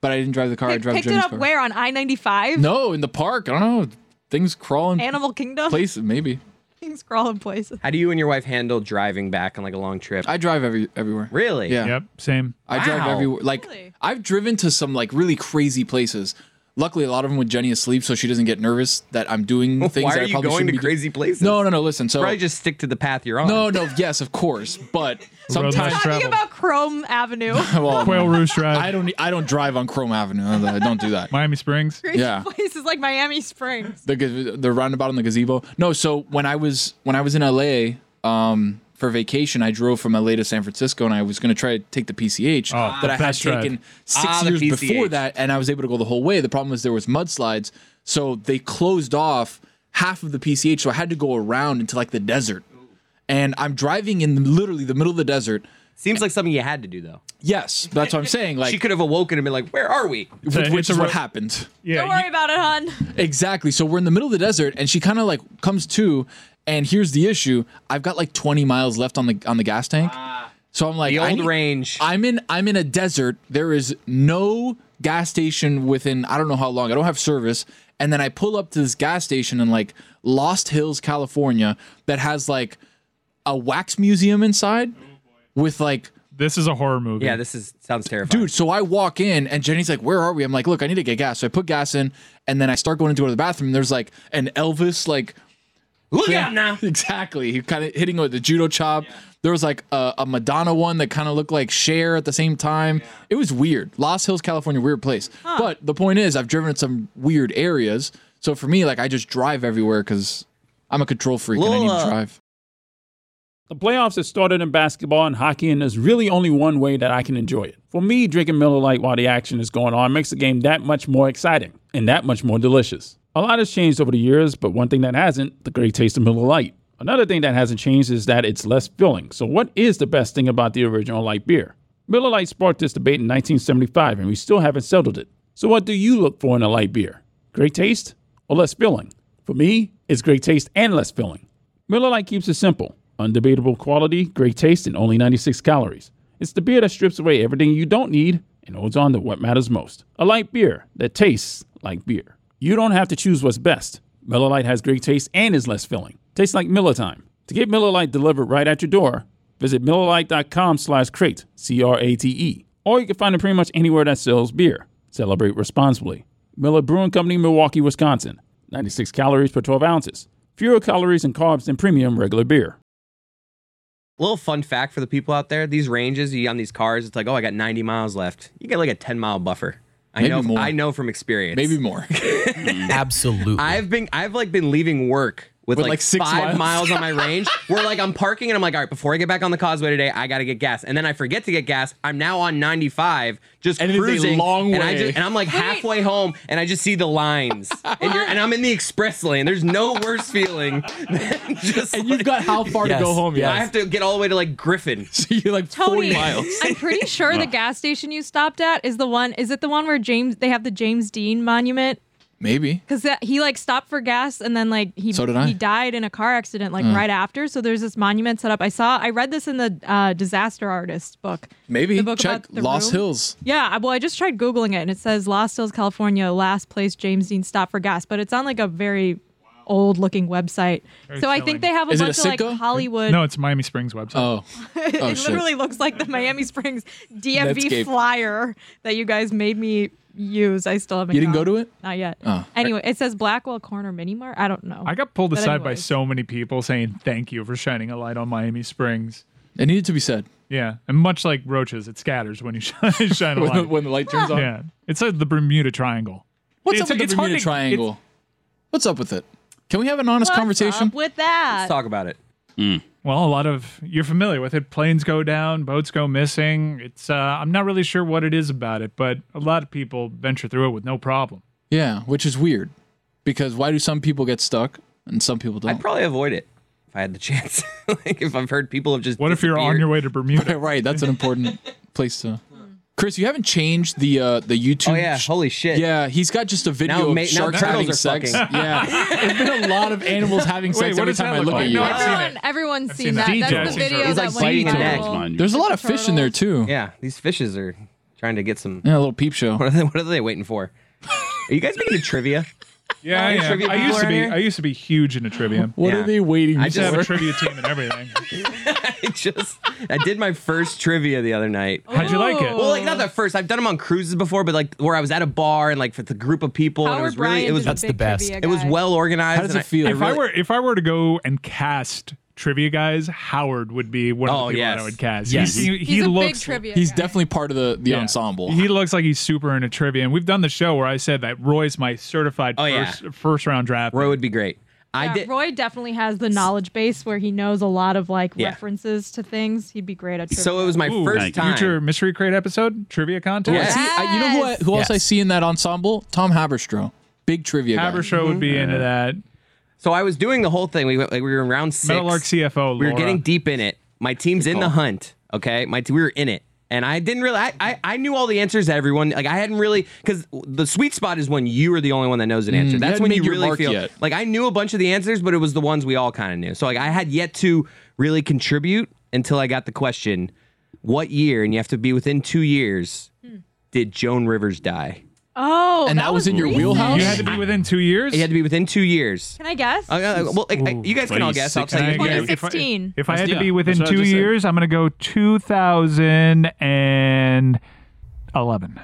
S2: but I didn't drive the car. I drove
S4: Ah. Picked
S2: Jenny's
S4: it up
S2: car.
S4: where on I ninety five?
S2: No, in the park. I don't know. Things crawling
S4: Animal Kingdom.
S2: places, maybe.
S4: Things crawling places.
S5: How do you and your wife handle driving back on like a long trip?
S2: I drive every everywhere.
S5: Really?
S2: Yeah. Yep,
S6: Same.
S2: I drive
S5: Wow.
S2: everywhere. Like I've driven to some like really crazy places. Luckily, a lot of them with Jenny asleep, so she doesn't get nervous that I'm doing things.
S5: Why
S2: that
S5: are
S2: I
S5: you
S2: probably
S5: going
S2: shouldn't
S5: to
S2: be do-
S5: crazy places?
S2: No, no, no. Listen, so
S5: Probably just stick to the path you're on.
S2: no, no. Yes, of course, but sometimes
S4: Talking about Chrome Avenue.
S2: well,
S6: Quail Roost Drive.
S2: I don't. I don't drive on Chrome Avenue. I don't do that.
S6: Miami Springs.
S4: Crazy
S2: Yeah.
S4: places like Miami Springs.
S2: the ga- the roundabout on the gazebo. No, so when I was when I was in LA um, for vacation, I drove from LA to San Francisco, and I was going to try to take the PCH
S6: Oh,
S2: that
S6: the
S2: I had
S6: best drive.
S2: taken six
S5: Ah, the
S2: years before
S5: PCH.
S2: that, and I was able to go the whole way. The problem was there was mudslides, so they closed off half of the PCH, so I had to go around into like the desert, and I'm driving in the, literally the middle of the desert.
S5: Seems like something you had to do though.
S2: Yes, that's what I'm saying. Like
S5: she could have awoken and been like, "Where are we?"
S2: which, which is what happened.
S4: Don't worry about it, hon.
S2: Exactly. So we're in the middle of the desert, and she kind of like comes to, and here's the issue: I've got like 20 miles left on the on the gas tank, so I'm like
S5: Ah. The
S2: I
S5: old
S2: need-
S5: range.
S2: I'm in I'm in a desert. There is no gas station within I don't know how long. I don't have service, and then I pull up to this gas station in like Lost Hills, California, that has like a wax museum inside
S5: Oh,
S2: with like
S6: This is a horror movie.
S5: Yeah, this is sounds terrifying.
S2: Dude, so I walk in and Jenny's like, "Where are we?" I'm like, "Look, I need to get gas." So I put gas in, and then I start going to go to the bathroom. And there's like an Elvis, like,
S5: look
S2: out now. Exactly. He kind of hitting with the judo chop. There was like a, a Madonna one that kind of looked like Cher at the same time. It was weird. Los Hills, California, weird place. But the point is, I've driven in some weird areas. So for me, like, I just drive everywhere because I'm a control freak and I need
S8: Lola.
S2: to drive.
S8: The playoffs have started in basketball and hockey, and there's really only one way that I can enjoy it. For me, drinking Miller Lite while the action is going on makes the game that much more exciting and that much more delicious. A lot has changed over the years, but one thing that hasn't, the great taste of Miller Lite. Another thing that hasn't changed is that it's less filling. So, what is the best thing about the original light beer? Miller Lite sparked this debate in 1975, and we still haven't settled it. So, what do you look for in a light beer? Great taste or less filling? For me, it's great taste and less filling. Miller Lite keeps it simple. Undebatable quality, great taste, and only 96 calories. It's the beer that strips away everything you don't need and holds on to what matters most. A light beer that tastes like beer. You don't have to choose what's best. Miller Lite has great taste and is less filling. Tastes like Miller time. To get Miller Lite delivered right at your door, visit MillerLite.com slash crate, C-R-A-T-E. E. Or you can find it pretty much anywhere that sells beer. Celebrate responsibly. Miller Brewing Company, Milwaukee, Wisconsin. 96 calories per 12 ounces. Fewer calories and carbs than premium regular beer.
S5: Little fun fact for the people out there: these ranges you get on these cars, it's like, oh, I got 90 miles left. You get like a 10 mile buffer. I
S2: Maybe
S5: know.
S2: more.
S5: I know from experience.
S2: Maybe more.
S7: Absolutely.
S5: I've been. I've like been leaving work with,
S2: With,
S5: like,
S2: like, six
S5: five miles.
S2: miles.
S5: on my range. Where like I'm parking and I'm like, all right, before I get back on the causeway today, I gotta get gas. And then I forget to get gas. I'm now on 95, just
S2: And it is a
S5: cruising.
S2: long
S5: And, I
S2: way.
S5: just, and I'm like halfway home, and I just see the lines, and you're and I'm in the express lane. There's no worse feeling. Than just and
S2: you've got how far to go home yet?
S5: I have to get all the way to like Griffin.
S2: So you're like
S4: Tony, I'm pretty sure the gas station you stopped at is the one. Is it the one where James? They have the James Dean Monument
S2: Maybe.
S4: Because he like stopped for gas and then like he
S2: So did I.
S4: he died in a car accident like
S2: Mm.
S4: right after. So there's this monument set up. I saw I read this in the uh, disaster artist book.
S2: Maybe.
S4: The book
S2: Check
S4: about the
S2: Lost
S4: room.
S2: Hills.
S4: Yeah, I- well, I just tried googling it and it says Lost Hills, California, last place James Dean stopped for gas, but it's on like a very old looking website.
S6: Very
S4: so I think
S6: chilling.
S4: they have a
S6: Is it
S4: bunch
S6: a
S4: of like
S6: sitcom?
S4: Hollywood.
S6: No, it's Miami Springs website.
S2: Oh,
S4: it
S6: Oh, shit.
S4: literally looks like the Miami Springs DMV
S6: Netscape.
S4: flyer that you guys made me use. I still haven't.
S6: You didn't go
S4: gone.
S6: to it?
S4: Not yet.
S6: Oh.
S4: Anyway, it says Blackwell Corner Mini Mart. I don't know.
S6: I got pulled
S4: But
S6: aside by
S4: anyways.
S6: so many people saying thank you for shining a light on Miami Springs.
S2: It needed to be said.
S6: Yeah, and much like roaches, it scatters when you shine, shine a
S2: When the-
S6: light.
S2: when the light turns on?
S6: Yeah, it's like the Bermuda Triangle.
S2: What's
S6: It's-
S2: up with
S6: it's
S2: the
S6: hard
S2: Bermuda
S6: to-
S2: Triangle? What's up with it? Can we have an honest
S4: What's
S2: conversation?
S4: up with that?
S2: about it.
S6: Well, a lot of you're familiar with it. Planes go down, boats go missing. It's uh, I'm not really sure what it is about it, but a lot of people venture through it with no problem.
S2: Yeah, which is weird because why do some people get stuck and some people don't?
S5: I'd probably avoid it if I had the chance. like if I've heard people have just.
S2: What if you're on your
S6: way to Bermuda?
S2: right, that's an important place to.
S4: Hmm.
S2: Chris, you haven't changed the uh, the YouTube. Oh yeah,
S5: holy shit.
S2: Yeah, he's got just a video
S5: Now
S2: of
S5: ma- now
S2: sharks
S5: turtles
S2: having
S5: are
S2: sex.
S5: fucking.
S2: Yeah, there's been a lot of animals having
S5: Wait,
S2: sex
S5: what
S2: every
S5: does that
S2: time I
S5: look
S2: look
S5: like?
S2: at you.
S5: No, I've seen
S4: Everyone, everyone's seen,
S5: seen
S4: that.
S5: that.
S4: That's the
S5: Details.
S4: video
S5: He's,
S4: that
S5: like,
S4: went
S5: biting a
S4: viral.
S5: neck, mind you.
S2: There's a lot of fish in there too.
S5: Yeah, these fishes are trying to get some.
S2: Yeah, a little peep show.
S5: What are they, what are they waiting for? Are you guys making a trivia?
S6: Yeah, I,
S5: Any
S6: am.
S5: trivia
S6: I
S5: people
S6: used to
S5: around
S6: be
S5: here?
S6: I used to be huge into trivia.
S5: What are Yeah. they waiting
S6: I used to have a
S5: for?
S6: trivia team and everything.
S5: I just I did my first trivia the other night.
S6: How'd you like it?
S5: Well, like not the first. I've done them on cruises before, but like where I was at a bar and like with a group of people, and it
S6: Howard
S5: was really
S6: Bryant
S5: it
S6: is
S5: was
S6: a That's the big best. trivia
S5: It was
S6: guy.
S5: well organized. and I- I
S6: If I
S5: really-
S6: were if I were to go and cast trivia guys, Howard would be one of
S2: Oh,
S6: the people that
S2: yes.
S6: I would cast.
S2: Yes.
S6: He, he-
S2: He's
S6: he
S4: a big
S6: looks
S4: trivia
S2: He's definitely part of the the
S6: Yeah.
S2: ensemble.
S6: He looks like he's super into trivia, and we've done the show where I said that Roy's my certified
S5: Oh, yeah.
S6: first, first round draft. Roy
S5: would be great. I
S4: Yeah,
S5: did.
S4: Roy definitely has the knowledge base where he knows a lot of like
S5: Yeah.
S4: references to things. He'd be great at. Trivia.
S5: So it was my first time.
S6: Future mystery crate episode trivia
S2: Oh,
S6: contest.
S2: I see,
S5: uh,
S2: I- you know who, I, who else I see in that ensemble? Tom Haberstroh, big trivia. guy.
S6: Haberstroh would
S5: Mm-hmm.
S6: be into that.
S5: So I was doing the whole thing. We went, like, we were in round six.
S6: Metalark CFO.
S5: We were
S6: Laura.
S5: getting deep in it. My team's in the
S6: call.
S5: hunt. Okay, my t- we were in it, and I didn't really. I I, I knew all the answers to everyone. Like I hadn't really because the sweet spot is when you are the only one that knows an
S2: Mm,
S5: answer.
S2: you
S5: That's
S2: hadn't
S5: when you
S2: made your
S5: really
S2: mark
S5: feel
S2: yet.
S5: like I knew a bunch of the answers, but it was the ones we all kind of knew. So like I had yet to really contribute until I got the question, "What year?" And you have to be within two years. Did Joan Rivers die?
S4: Oh, recent.
S6: You had to be within two years.
S5: You had to be within two years.
S4: Can I guess?
S5: Uh, uh, well, like, I- you guys can all guess. I'll tell you.
S6: Can I guess? If I-
S4: 2016.
S6: If I had to
S5: Yeah,
S6: be within
S5: that's
S6: two
S5: what I just said.
S6: years, I'm going to go 2011.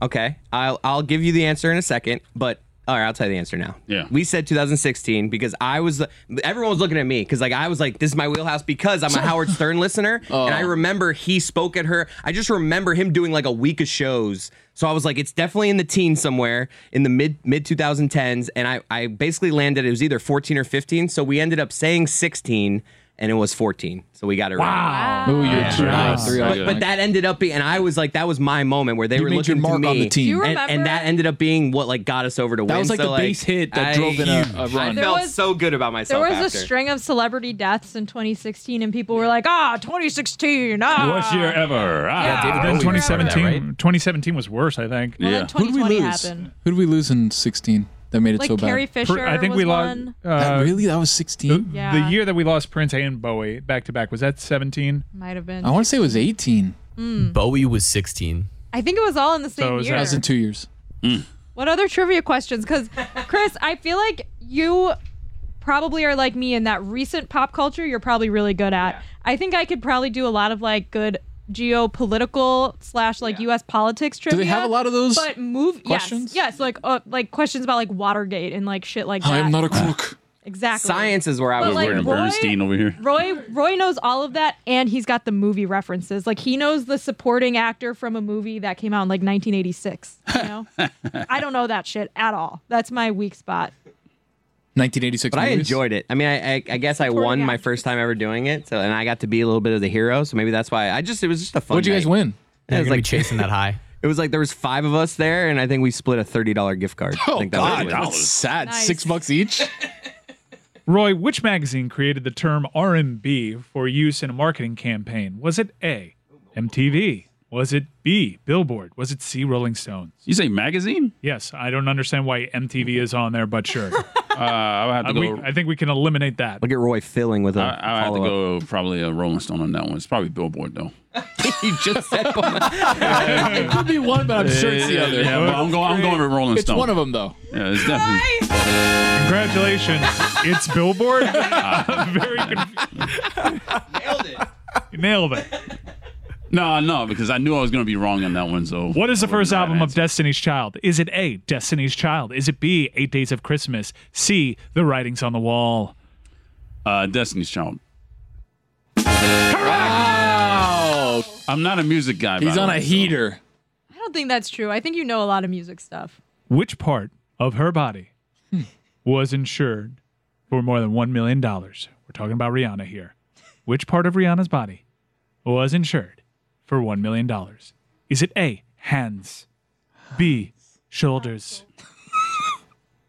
S5: Okay, I'll I'll give you the answer in a second, but all right, I'll tell you the answer now. Yeah, we said 2016 because I was the- everyone was looking at me because like I was like this is my wheelhouse because I'm a Howard Stern listener and I remember he spoke at her. I just remember him doing like a week of shows, so I was like it's definitely in the teens somewhere in the mid mid 2010s, and I I basically landed it was either 14 or 15, so we ended up saying 16. And it was 14, so we got it right.
S2: Wow. Ooh, you're too
S3: Oh,
S2: nice. Three
S5: But,
S2: iconic.
S5: but that ended up being, and I was like, that was my moment where they
S2: You
S5: were
S2: made
S5: looking
S2: your mark
S5: to
S2: on
S5: me,
S2: the team. Do you
S5: and, and
S2: remember-
S5: that ended up being what like got us over to win.
S2: That was, like,
S5: so,
S2: the base hit that
S5: I-
S2: drove in a- a run.
S5: I
S2: There
S5: felt
S4: was-
S5: so good about myself.
S4: There was
S5: after.
S4: a string of celebrity deaths in 2016, and people were like, "Ah, 2016." Ah.
S6: year ever?
S5: Ah.
S4: Yeah, David Bowie
S6: then
S4: was part of that,
S6: 2017. 2017 was worse, I think.
S4: Well, then Yeah.
S2: Who'd we
S4: 2020
S2: lose?
S4: happened.
S2: Who'd we lose in 16 that made it
S4: Like
S2: so bad?
S4: Carrie Fisher I think we was lost- one.
S2: That really? That was 16?
S4: Yeah.
S6: uh, The year that we lost Prince and Bowie back to back was that 17?
S4: Might have been.
S2: I want to say it was 18.
S4: Mm.
S7: Bowie was 16.
S4: I think it was all in the same year.
S2: that was in two years.
S4: What other trivia questions? Because Chris, I feel like you probably are like me in that recent pop culture. You're probably really good at. I think I could probably do a lot of like good geopolitical slash like U.S. politics
S2: they
S4: trivia.
S2: have a lot of those
S4: But move
S2: questions?
S4: Yes, yes, like uh, like questions about like Watergate and like shit like that.
S2: I'm not a crook.
S4: exactly.
S5: Science is where I
S4: But,
S5: was.
S4: like,
S5: learning.
S4: Roy- Bernstein
S3: over here.
S4: Roy Roy knows all of that and he's got the movie references. Like he knows the supporting actor from a movie that came out in like 1986, you know? I don't know that shit at all. That's my weak spot.
S2: 1986.
S5: But I
S2: movies?
S5: enjoyed it. I mean, I, I, I guess I won my first time ever doing it, so and I got to be a little bit of the hero. So maybe that's why I just it was just a fun.
S2: What'd you guys
S5: night.
S2: win?
S5: It
S7: You're
S5: was
S7: gonna be
S5: like
S7: chasing that high.
S5: It was like there was five of us there, and I think we split a thirty dollar gift card. I
S2: Oh,
S5: think
S2: God.
S5: was-
S2: That's sad. Six bucks each?
S6: Roy, which magazine created the term R&B for use in a marketing campaign? Was it A, MTV, Was it B, Billboard? Was it C, Rolling Stones?
S3: You say magazine?
S6: Yes. I don't understand why MTV is on there, but sure. uh,
S3: I'll have to
S6: we-
S3: go-
S6: I think we can eliminate that.
S3: Look at Roy filling with a. I, I have to go probably a Rolling Stone on that one. It's probably Billboard though.
S5: you just said
S2: it could be one, but I'm sure it's the
S3: Yeah,
S2: other.
S3: yeah, but I'm going- I'm going with Rolling
S2: It's
S3: Stone.
S2: one of them though.
S3: Yeah, it's definitely.
S6: Congratulations. it's Billboard. Very confused. Nailed it. Nailed it.
S3: No, no, because I knew I was going to be wrong on that one. So
S6: What is the first album of Destiny's Child? Is it A, Destiny's Child? Is it B, Eight Days of Christmas? C, The Writings on the Wall?
S3: Uh, Destiny's Child. Wow. I'm not a music guy.
S6: He's
S3: by the
S6: on a
S3: way, so-
S6: heater.
S4: I don't think that's true. I think you know a lot of music stuff.
S6: Which part of her body was insured for more than $1 million? We're talking about Rihanna here. Which part of Rihanna's body was insured for $1 million? Is it A, hands, B, shoulders,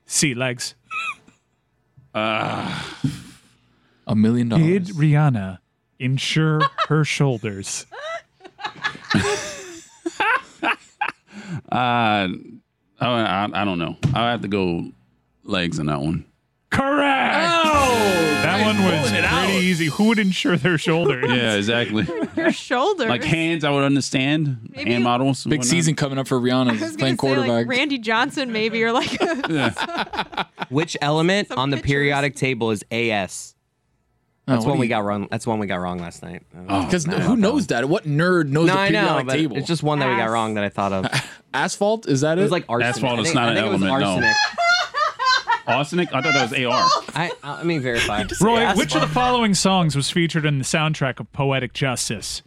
S6: C, legs?
S3: Uh,
S2: a million dollars.
S6: Did Rihanna insure her shoulders?
S3: Uh, I, I, I don't know. I have to go legs on that one.
S6: Correct.
S2: Oh,
S6: that one was pretty easy. Who would insure their shoulders?
S3: Yeah, exactly.
S4: Your shoulders.
S3: like hands, I would understand.
S4: Maybe-
S3: Hand models. and
S2: Big
S3: whatnot.
S2: season coming up for
S4: I
S2: Rihanna.
S4: was
S2: playing
S4: gonna say, like,
S2: quarterback.
S4: Randy Johnson, maybe, or like
S5: Which element on the periodic table is AS?
S2: Oh,
S5: That's
S2: what
S5: one
S2: do
S5: we
S2: you- Oh,
S5: got wrong. That's one we got wrong last night.
S2: Because who knows that? What nerd knows
S5: No,
S2: the
S5: I know,
S2: periodic
S5: but
S2: table?
S5: it's just one that we got Ass. wrong that I thought of.
S2: Asphalt is that it?
S5: It was like arsenic.
S3: Asphalt
S5: I
S3: is
S5: think-
S3: not
S5: I
S3: an
S5: think it was
S3: element. No.
S5: arsenic.
S3: Arsenic? I thought that was AR.
S5: I, I let me verify.
S6: Roy, which of the following songs was featured in the soundtrack of Poetic Justice?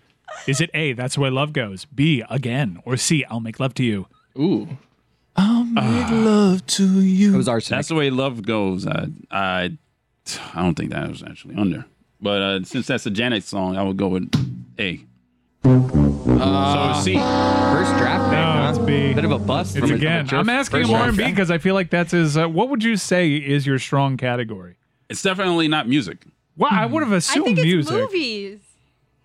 S6: Is it A, That's Where Love Goes, B, Again, or C, I'll Make Love to You?
S2: Ooh. I'll make love to you. It was
S5: arsenic.
S3: That's the way love goes. I, I, I don't think that was actually on there. But uh, since that's a Janet song, I would go with A. so C.
S5: First draft pick, huh?
S6: it's B.
S5: Bit of a bust.
S6: It's
S5: from a-
S6: Again.
S5: from a
S6: I'm
S5: jerk-
S6: asking
S5: first
S6: him
S5: round
S6: R&B
S5: pick.
S6: because I feel like that's his, uh, what would you say is your strong category?
S3: It's definitely not music.
S6: Well, I would have
S4: I
S6: assumed
S4: think it's
S6: music.
S4: movies.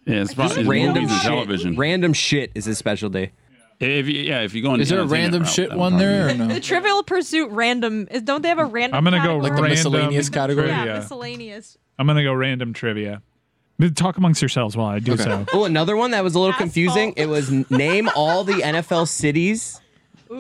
S3: Yeah, it's probably
S5: Just random
S3: movies and
S5: shit.
S3: television.
S5: Random shit is his specialty.
S3: If you, yeah, if you go on
S2: Is there a random shit one there or no?
S4: The Trivial Pursuit random is. Don't they have a random?
S6: I'm going to go
S4: category?
S6: random.
S4: Yeah,
S6: trivia.
S4: miscellaneous.
S6: I'm going to go random trivia. Talk amongst yourselves while I do so.
S5: Oh, another one that was a little confusing. It was n- name all the NFL cities.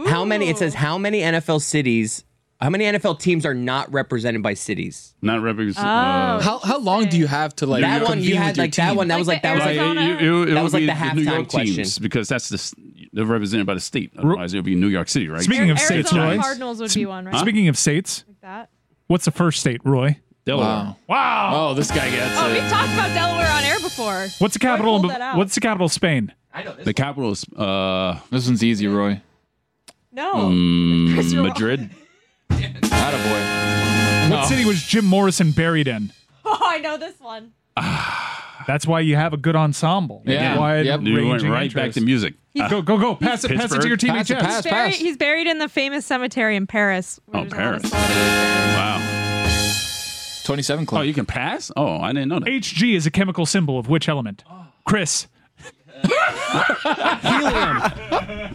S5: How many? It says how many NFL cities? How many NFL teams are not represented by cities?
S3: Not represented.
S2: how how long do you have to like
S5: that one you
S2: convene with
S5: had
S2: your
S5: like that
S2: team?
S5: one. That was like that was like that was like the
S3: New
S5: halftime
S3: York
S5: question.
S3: teams because that's the s- they're represented by the state. Otherwise, it would be New York City, right?
S6: Speaking of
S4: Arizona
S6: states, Roy.
S4: Cardinals would be one, right?
S6: Speaking of states,
S4: that.
S6: what's the first state, Roy?
S3: Delaware.
S6: Wow.
S2: Oh, this guy gets
S4: Oh, we've talked about Delaware on air before.
S6: What's the capital?
S4: pulled that out.
S6: What's the capital of Spain?
S3: the capital is uh,
S2: this one's easy, Roy.
S4: No. Chris,
S3: Mm,
S4: you're wrong.
S3: Madrid.
S5: Oh.
S6: What city was Jim Morrison buried in?
S4: Oh, I know this one.
S6: That's why you have a good ensemble.
S3: Again,
S6: Wide
S3: You went
S6: ranging
S3: right back
S6: interest.
S3: to music.
S6: Go go go! Pass it, pass it to your teammate.
S2: Pass it,
S6: Jess.
S2: pass,
S4: Buried- He's buried in the famous cemetery in Paris.
S3: Oh, Paris. Wow.
S2: 27
S3: Oh, you can pass? Oh, I didn't know that.
S6: Hg is a chemical symbol of which element? Chris.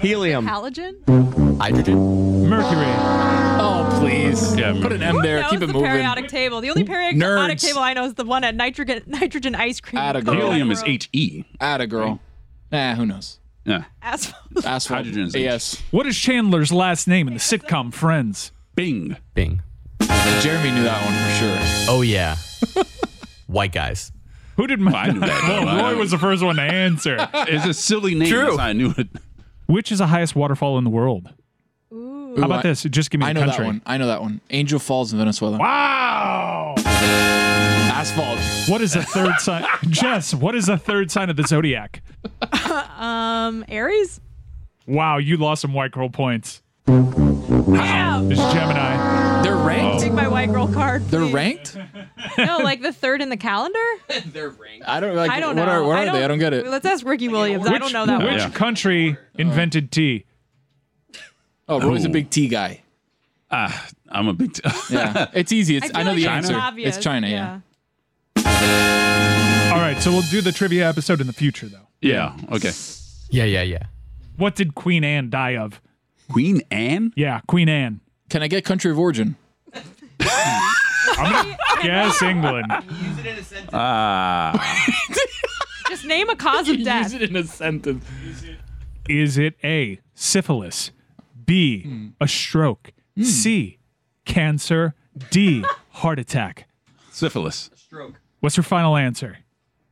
S5: Helium.
S4: Halogen?
S5: Hydrogen.
S6: Mercury.
S2: Oh please.
S3: Yeah,
S2: Put an M there.
S4: That
S2: Keep
S4: was
S2: it
S4: the
S2: moving.
S4: periodic table. The only periodic
S2: Nerds.
S4: table I know is the one at nitrogen nitrogen ice cream.
S2: Atta girl.
S3: Helium is H E.
S2: Atta girl. Nah, who knows?
S3: Yeah.
S4: Asphalt.
S2: Asphalt.
S3: Hydrogen is
S2: Yes.
S6: What is Chandler's last name in the sitcom Friends?
S3: Bing.
S5: Bing.
S2: Jeremy knew that one for sure.
S7: Oh yeah. White guys.
S6: Who did my?
S3: I knew that.
S6: Well, Roy was the first one to answer.
S3: It's a silly name.
S7: True.
S3: that's how I knew it.
S6: Which is the highest waterfall in the world? How
S2: I-
S6: about this? Just give me
S2: I
S6: the
S2: know
S6: country.
S2: that one. I know that one. Angel Falls in Venezuela.
S6: Wow.
S2: Asphalt.
S6: What is the third sign? Jess, what is the third sign of the zodiac?
S4: Um, Aries?
S6: Wow, you lost some white girl points. This is Gemini.
S2: They're ranked.
S4: Take my white girl card.
S2: They're
S4: please.
S2: ranked.
S4: No, like the third in the calendar?
S2: I don't like.
S4: I don't know.
S2: what Are, what are they? I don't get it.
S4: Let's ask Ricky Williams. I don't know that
S6: Which
S4: one.
S3: yeah.
S6: country invented tea?
S2: Oh, Roy's a
S3: Ooh.
S2: big tea guy.
S3: Ah, I'm a big. T-
S2: Yeah, it's easy. It's
S4: feel
S2: I, know
S4: like
S2: the
S4: that's
S2: answer.
S4: obvious.
S2: It's China. Yeah.
S6: All right, so we'll do the trivia episode in the future, though.
S3: yeah. Okay.
S7: Yeah, yeah, yeah.
S6: What did Queen Anne die of?
S3: Queen Anne?
S6: Yeah, Queen Anne.
S2: Can I get country of origin?
S6: I'm gonna guess England.
S3: Ah.
S4: Just name a cause of death.
S3: in a sentence.
S6: Is it A, syphilis, B, a stroke, C, cancer, D, heart attack?
S3: Syphilis.
S6: What's your final answer?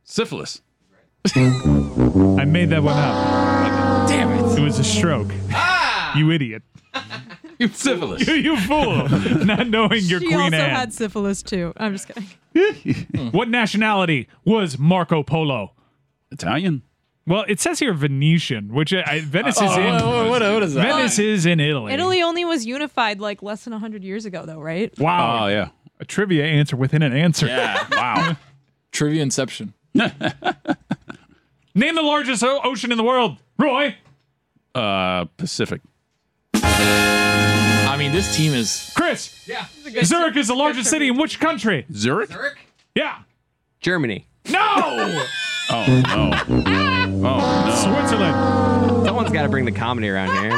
S3: Syphilis.
S6: I made that one up. Damn it. It was a stroke. you idiot.
S3: you syphilis.
S6: You, fool. Not knowing your
S4: she
S6: Queen
S4: also
S6: Anne.
S4: had syphilis too. I'm just kidding.
S6: what nationality was Marco Polo?
S3: Italian.
S6: Well, it says here Venetian, which I, I- Venice is
S3: Oh,
S6: in.
S3: what- what- what is that?
S6: Venice is in Italy.
S4: Italy only was unified like less than 100 years ago, though, right?
S6: Wow.
S3: Oh, yeah.
S6: A trivia answer within an answer.
S3: Yeah. Wow.
S2: Trivia Inception.
S6: Name the largest o- ocean in the world, Roy.
S3: Uh, Pacific.
S2: I mean, this team is.
S6: Chris. Yeah. Zurich is the largest city in which country?
S3: Zurich?
S6: Yeah.
S5: Germany.
S6: No.
S3: Oh no. Oh no.
S6: Switzerland.
S5: Someone's got to bring the comedy around here.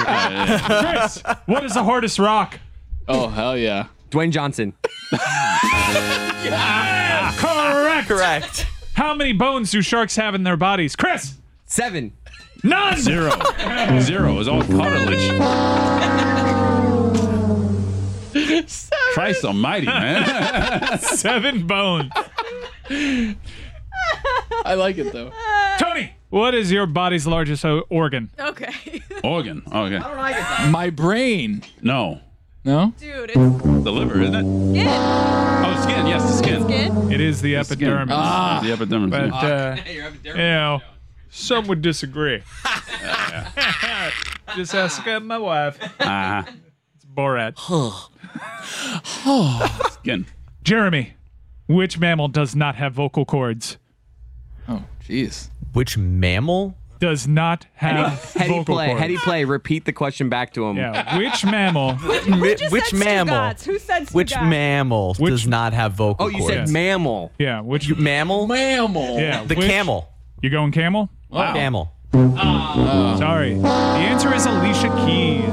S6: Chris. What is the hardest rock?
S2: Oh hell yeah.
S5: Dwayne Johnson.
S6: Correct.
S7: Correct.
S6: How many bones do sharks have in their bodies, Chris?
S5: Seven.
S6: None.
S3: Zero. Zero is all cartilage. Christ almighty, man.
S6: Seven bones.
S2: I like it though.
S6: Tony. What is your body's largest o- organ?
S4: Okay.
S3: Organ. Okay.
S2: My brain.
S3: No.
S2: No.
S4: Dude, it's
S3: The liver, isn't it?
S4: skin.
S3: Oh, skin. Yes, the skin.
S4: Skin.
S6: It is the
S3: Skin.
S6: epidermis.
S7: Uh,
S2: Ah.
S3: The epidermis.
S6: But
S3: yeah.
S6: uh, you know, some would disagree. Just ask uh, my wife.
S7: Uh-huh.
S3: Ah,
S6: It's Borat.
S3: skin.
S6: Jeremy, which mammal does not have vocal cords?
S2: Oh jeez.
S7: Which mammal?
S6: Does not have
S5: Heady
S6: vocal
S5: play.
S6: cords.
S5: Heady play. Repeat the question back to him.
S6: Yeah. Which mammal?
S7: Mi-
S4: just
S7: which
S4: said
S7: mammal?
S4: Sugats? Who said
S7: Which
S4: Sugats?
S7: mammal does not have vocal
S5: Oh, you
S7: cords?
S5: said mammal.
S6: Yeah. Which?
S7: mammal?
S2: Mammal.
S6: Yeah.
S7: The
S6: which-
S7: camel.
S6: You going camel?
S7: Camel. Uh-huh.
S6: Sorry. The answer is Alicia Keys.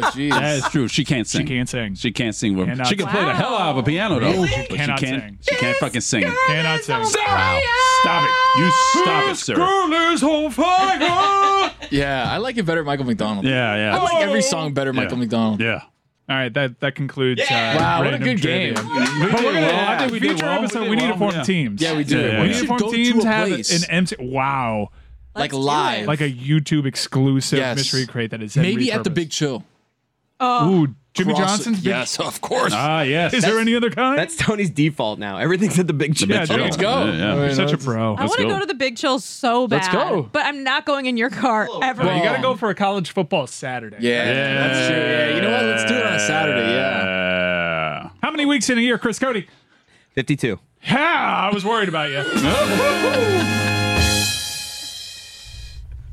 S3: That
S2: jeez.
S3: is true. She can't sing.
S6: She can't sing.
S3: She can't sing. With,
S6: Cannot
S3: she can play the
S4: sing.
S3: hell out of a piano though.
S6: Really?
S3: but
S6: Cannot
S3: she can't.
S6: sing.
S3: She can't fucking sing.
S6: Cannot sing.
S3: Wow. Stop it. You stop it, sir.
S6: is on fire.
S2: Yeah, I like it better, Michael McDonald.
S3: Yeah, yeah.
S2: I like every song better, Michael McDonald.
S3: Yeah.
S6: All right, that that concludes. Uh,
S2: Wow, what a
S6: random
S2: good
S6: trivia.
S2: game.
S6: But we're gonna,
S2: well.
S6: I think we
S3: did
S6: future
S3: well. We
S6: episode.
S3: did
S6: We need to
S3: well.
S6: form
S3: Yeah.
S6: teams.
S2: Yeah, we do.
S3: Yeah,
S6: We
S2: We
S6: need to
S2: should
S6: form
S2: go
S6: teams.
S2: to a
S6: Have
S2: place.
S6: an MC. Wow,
S2: like
S4: do
S2: live.
S6: like a YouTube exclusive
S2: Yes.
S6: mystery crate that is then
S2: maybe at the
S6: repurposed.
S2: Big Chill.
S6: Ooh, Jimmy
S2: Cross-
S6: Johnson's. Big-
S2: Yes, of course.
S3: Ah, yes.
S6: Is there any other kind?
S5: That's Tony's default now. Everything's at the big gym.
S6: Yeah, dude.
S2: Let's go.
S3: Yeah, yeah.
S2: I mean,
S6: You're such a
S2: that's-
S6: pro.
S4: I want to
S3: go.
S4: go to the Big Chill so bad.
S2: Let's go.
S4: But I'm not going in your car ever.
S6: Well, you got to go for a college football Saturday.
S2: Yeah, that's true. Yeah, you know what? Let's do it on a Saturday. Yeah.
S3: Yeah.
S6: How many weeks in a year, Chris Cody?
S5: 52.
S6: Yeah, I was worried about you.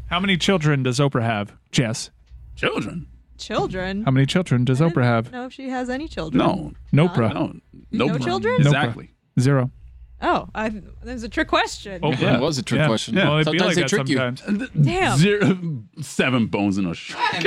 S6: How many children does Oprah have, Jess?
S3: Children.
S4: Children.
S6: How many children does Oprah have?
S4: No, if she has any children.
S3: No.
S6: Nopra.
S3: No. Nope.
S4: No children?
S6: Nope.
S3: Exactly.
S6: Zero.
S4: Oh, I, there's a trick question.
S6: Oprah.
S2: That was a trick
S6: Yeah.
S2: question.
S6: Well, it'd be like
S2: Sometimes they
S6: that
S2: trick you.
S6: sometimes.
S4: Damn.
S3: Zero, seven bones in a sh-
S2: No, I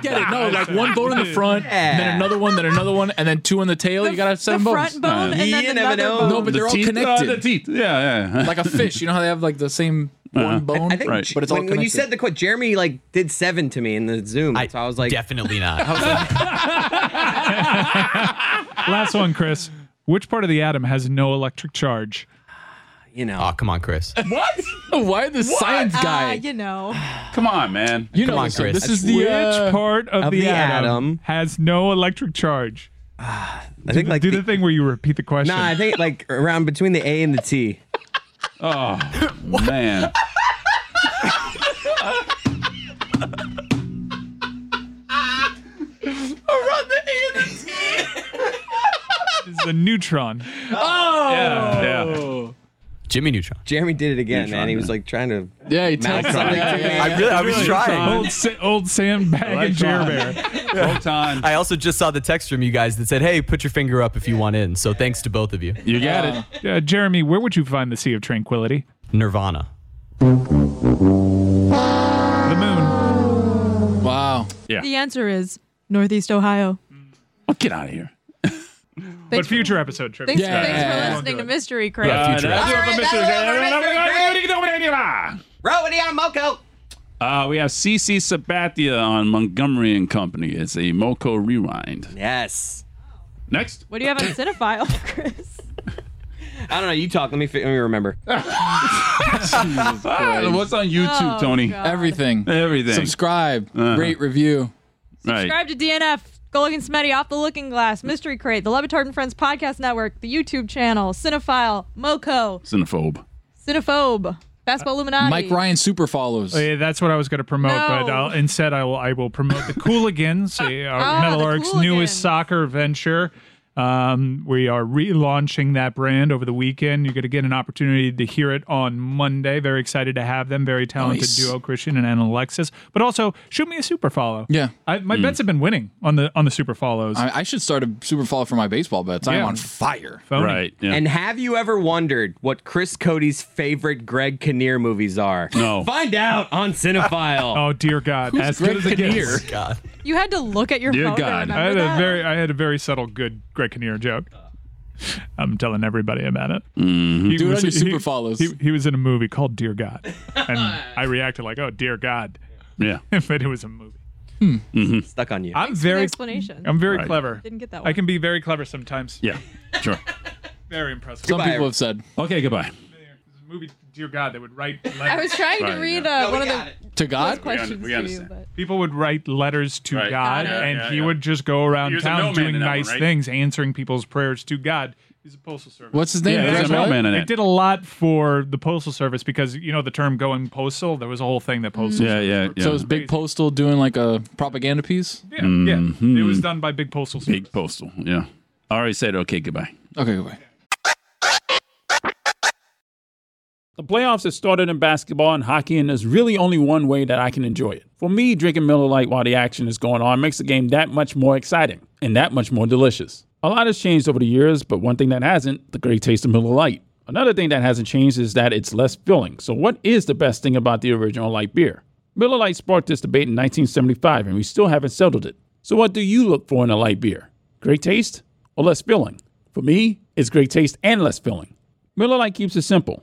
S2: get it. No, like one bone in the front, and then another one, then another one, and then two on the tail. you gotta have
S4: The
S2: seven bones.
S4: front bone and
S5: You
S4: then the
S5: never
S4: other
S5: know.
S4: bone.
S2: No, but they're all
S7: uh,
S3: teeth.
S2: connected.
S3: Ah, the teeth. Yeah, yeah.
S2: Like a fish. You know how they have like the same one bone?
S5: I think
S3: Right.
S2: But it's all
S5: when, when you
S2: connected.
S5: said the quote, Jeremy like did seven to me in the Zoom.
S7: I-
S5: so I was like,
S7: Definitely not.
S2: Ah!
S6: Last one, Chris. Which part of the atom has no electric charge?
S5: you know,
S6: Ah,
S7: oh, come on, Chris.
S2: Why the science
S4: Ah,
S2: guy?
S4: you know.
S3: Come on, man.
S2: you know
S7: Come on,
S2: this, one.
S7: Chris.
S2: this is the
S6: Which
S2: uh,
S6: part of,
S5: of
S6: the,
S5: the
S6: atom,
S5: atom-
S6: has no electric charge?
S5: I think like
S6: Do the,
S5: the-
S6: thing where you repeat the question.
S5: Nah, I think like around between the A and the T.
S3: Oh, man.
S6: it's a neutron.
S3: Yeah, yeah.
S7: Jimmy Neutron.
S5: Jeremy did it again,
S3: Neutron,
S5: man. He
S3: yeah.
S5: was like trying to.
S2: Yeah, he tells
S5: Maxon.
S2: yeah, yeah, yeah.
S7: really, I was
S6: Old, sa- old sandbag and chair
S3: Electron.
S6: bear.
S3: Proton.
S7: I also just saw the text from you guys that said, "Hey, put your finger up if you want in." So thanks to both of you.
S3: You got it.
S6: Uh, Jeremy, where would you find the Sea of Tranquility?
S7: Nirvana.
S9: Yeah.
S4: The answer is Northeast Ohio.
S9: Oh, get out of here.
S6: but future episode trip.
S4: Thanks, thanks for listening to Mystery Crate.
S6: Yeah, future
S4: All
S6: episode.
S4: right,
S6: Mystery
S4: that'll do it for
S6: Crate.
S4: Mystery
S9: Crate.
S5: Row it down, Moco.
S9: Uh, we have CC Sabathia on Montgomery and Company. It's a Moco rewind.
S5: Yes.
S9: Next.
S4: What do you have on Cinephile, Chris?
S5: I don't know. You talk. Let me fi- let me remember.
S9: Ah, what's on YouTube,
S4: Oh,
S9: Tony?
S4: God.
S2: Everything.
S9: Everything.
S2: Subscribe. Rate. Review.
S9: Right.
S4: Subscribe to DNF, Gullig and Smetty, Off the Looking Glass, Mystery Crate, the Levitard and Friends Podcast Network, the YouTube channel, Cinephile, Moco,
S9: Cinephobe.
S4: Cinephobe, Fastball Illuminati.
S6: Mike
S2: Ryan super follows.
S6: Oh, yeah, that's what I was going to promote, but
S4: No.
S6: I'll, instead I will I will promote the Cooligans, uh, our Metal Arc's newest soccer venture. Um, we are relaunching that brand over the weekend. You're going to get an opportunity to hear it on Monday. Very excited to have them. Very talented
S2: Nice.
S6: duo, Christian and Anna Alexis. But also, shoot me a super follow.
S2: Yeah.
S6: I, my bets have been winning on the on the super follows.
S2: I, I should start a super follow for my baseball bets. I'm
S6: Yeah.
S2: on fire.
S9: Right.
S5: And have you ever wondered what Chris Cody's favorite Greg Kinnear movies are? No. Find out on Cinephile.
S6: oh dear God!
S5: Who's
S6: As
S5: Greg
S6: good as it gets.
S5: Kinnear? God.
S4: You had to look at your phone. To
S6: I had
S4: remember
S6: a
S4: that?
S6: very I had a very subtle good Greg Kinnear joke. I'm telling everybody about it.
S9: Mm-hmm.
S6: He
S2: Do it
S6: was-
S2: on your
S6: he-
S2: super follows.
S6: He, he was in a movie called Dear God, and I reacted like, "Oh, dear God."
S9: Yeah.
S6: but it was a movie.
S5: Stuck on you.
S6: I'm
S4: for the
S6: very
S4: explanation.
S6: I'm very
S4: Right.
S6: clever.
S4: Didn't get that
S6: I
S4: one.
S6: can be very clever sometimes.
S9: Yeah. Sure.
S6: Very impressive.
S2: Some people have said.
S9: Okay, goodbye.
S6: movie Dear God they would write. Letters.
S4: I was trying to read uh, one of the
S2: to
S4: God? questions We under- we to you, understand.
S6: People would write letters to
S9: Right.
S6: God,
S9: Yeah,
S6: and
S9: yeah,
S6: he
S9: yeah.
S6: would just go around
S9: He was a
S6: town
S9: mailman
S6: doing
S9: in that one,
S6: nice
S9: right?
S6: things, answering people's prayers to God. He's a postal service.
S2: What's his name?
S9: Yeah, there's a
S2: Greg
S9: mailman in
S6: They
S9: it.
S6: did a lot for the postal service because you know the term "going postal." There was a whole thing that postal.
S9: Mm. Yeah, yeah, yeah.
S2: So is Big Postal doing like a propaganda piece?
S6: Yeah, yeah. It was done by Big Postal. Service.
S9: Mm-hmm. Big Postal. Yeah. I already said okay, goodbye.
S2: Okay, goodbye.
S7: The playoffs have started in basketball and hockey, and there's really only one way that I can enjoy it. For me, drinking Miller Lite while the action is going on makes the game that much more exciting and that much more delicious. A lot has changed over the years, but one thing that hasn't, the great taste of Miller Lite. Another thing that hasn't changed is that it's less filling. So what is the best thing about the original light beer? Miller Lite sparked this debate in 1975, and we still haven't settled it. So what do you look for in a light beer? Great taste or less filling? For me, it's great taste and less filling. Miller Lite keeps it simple.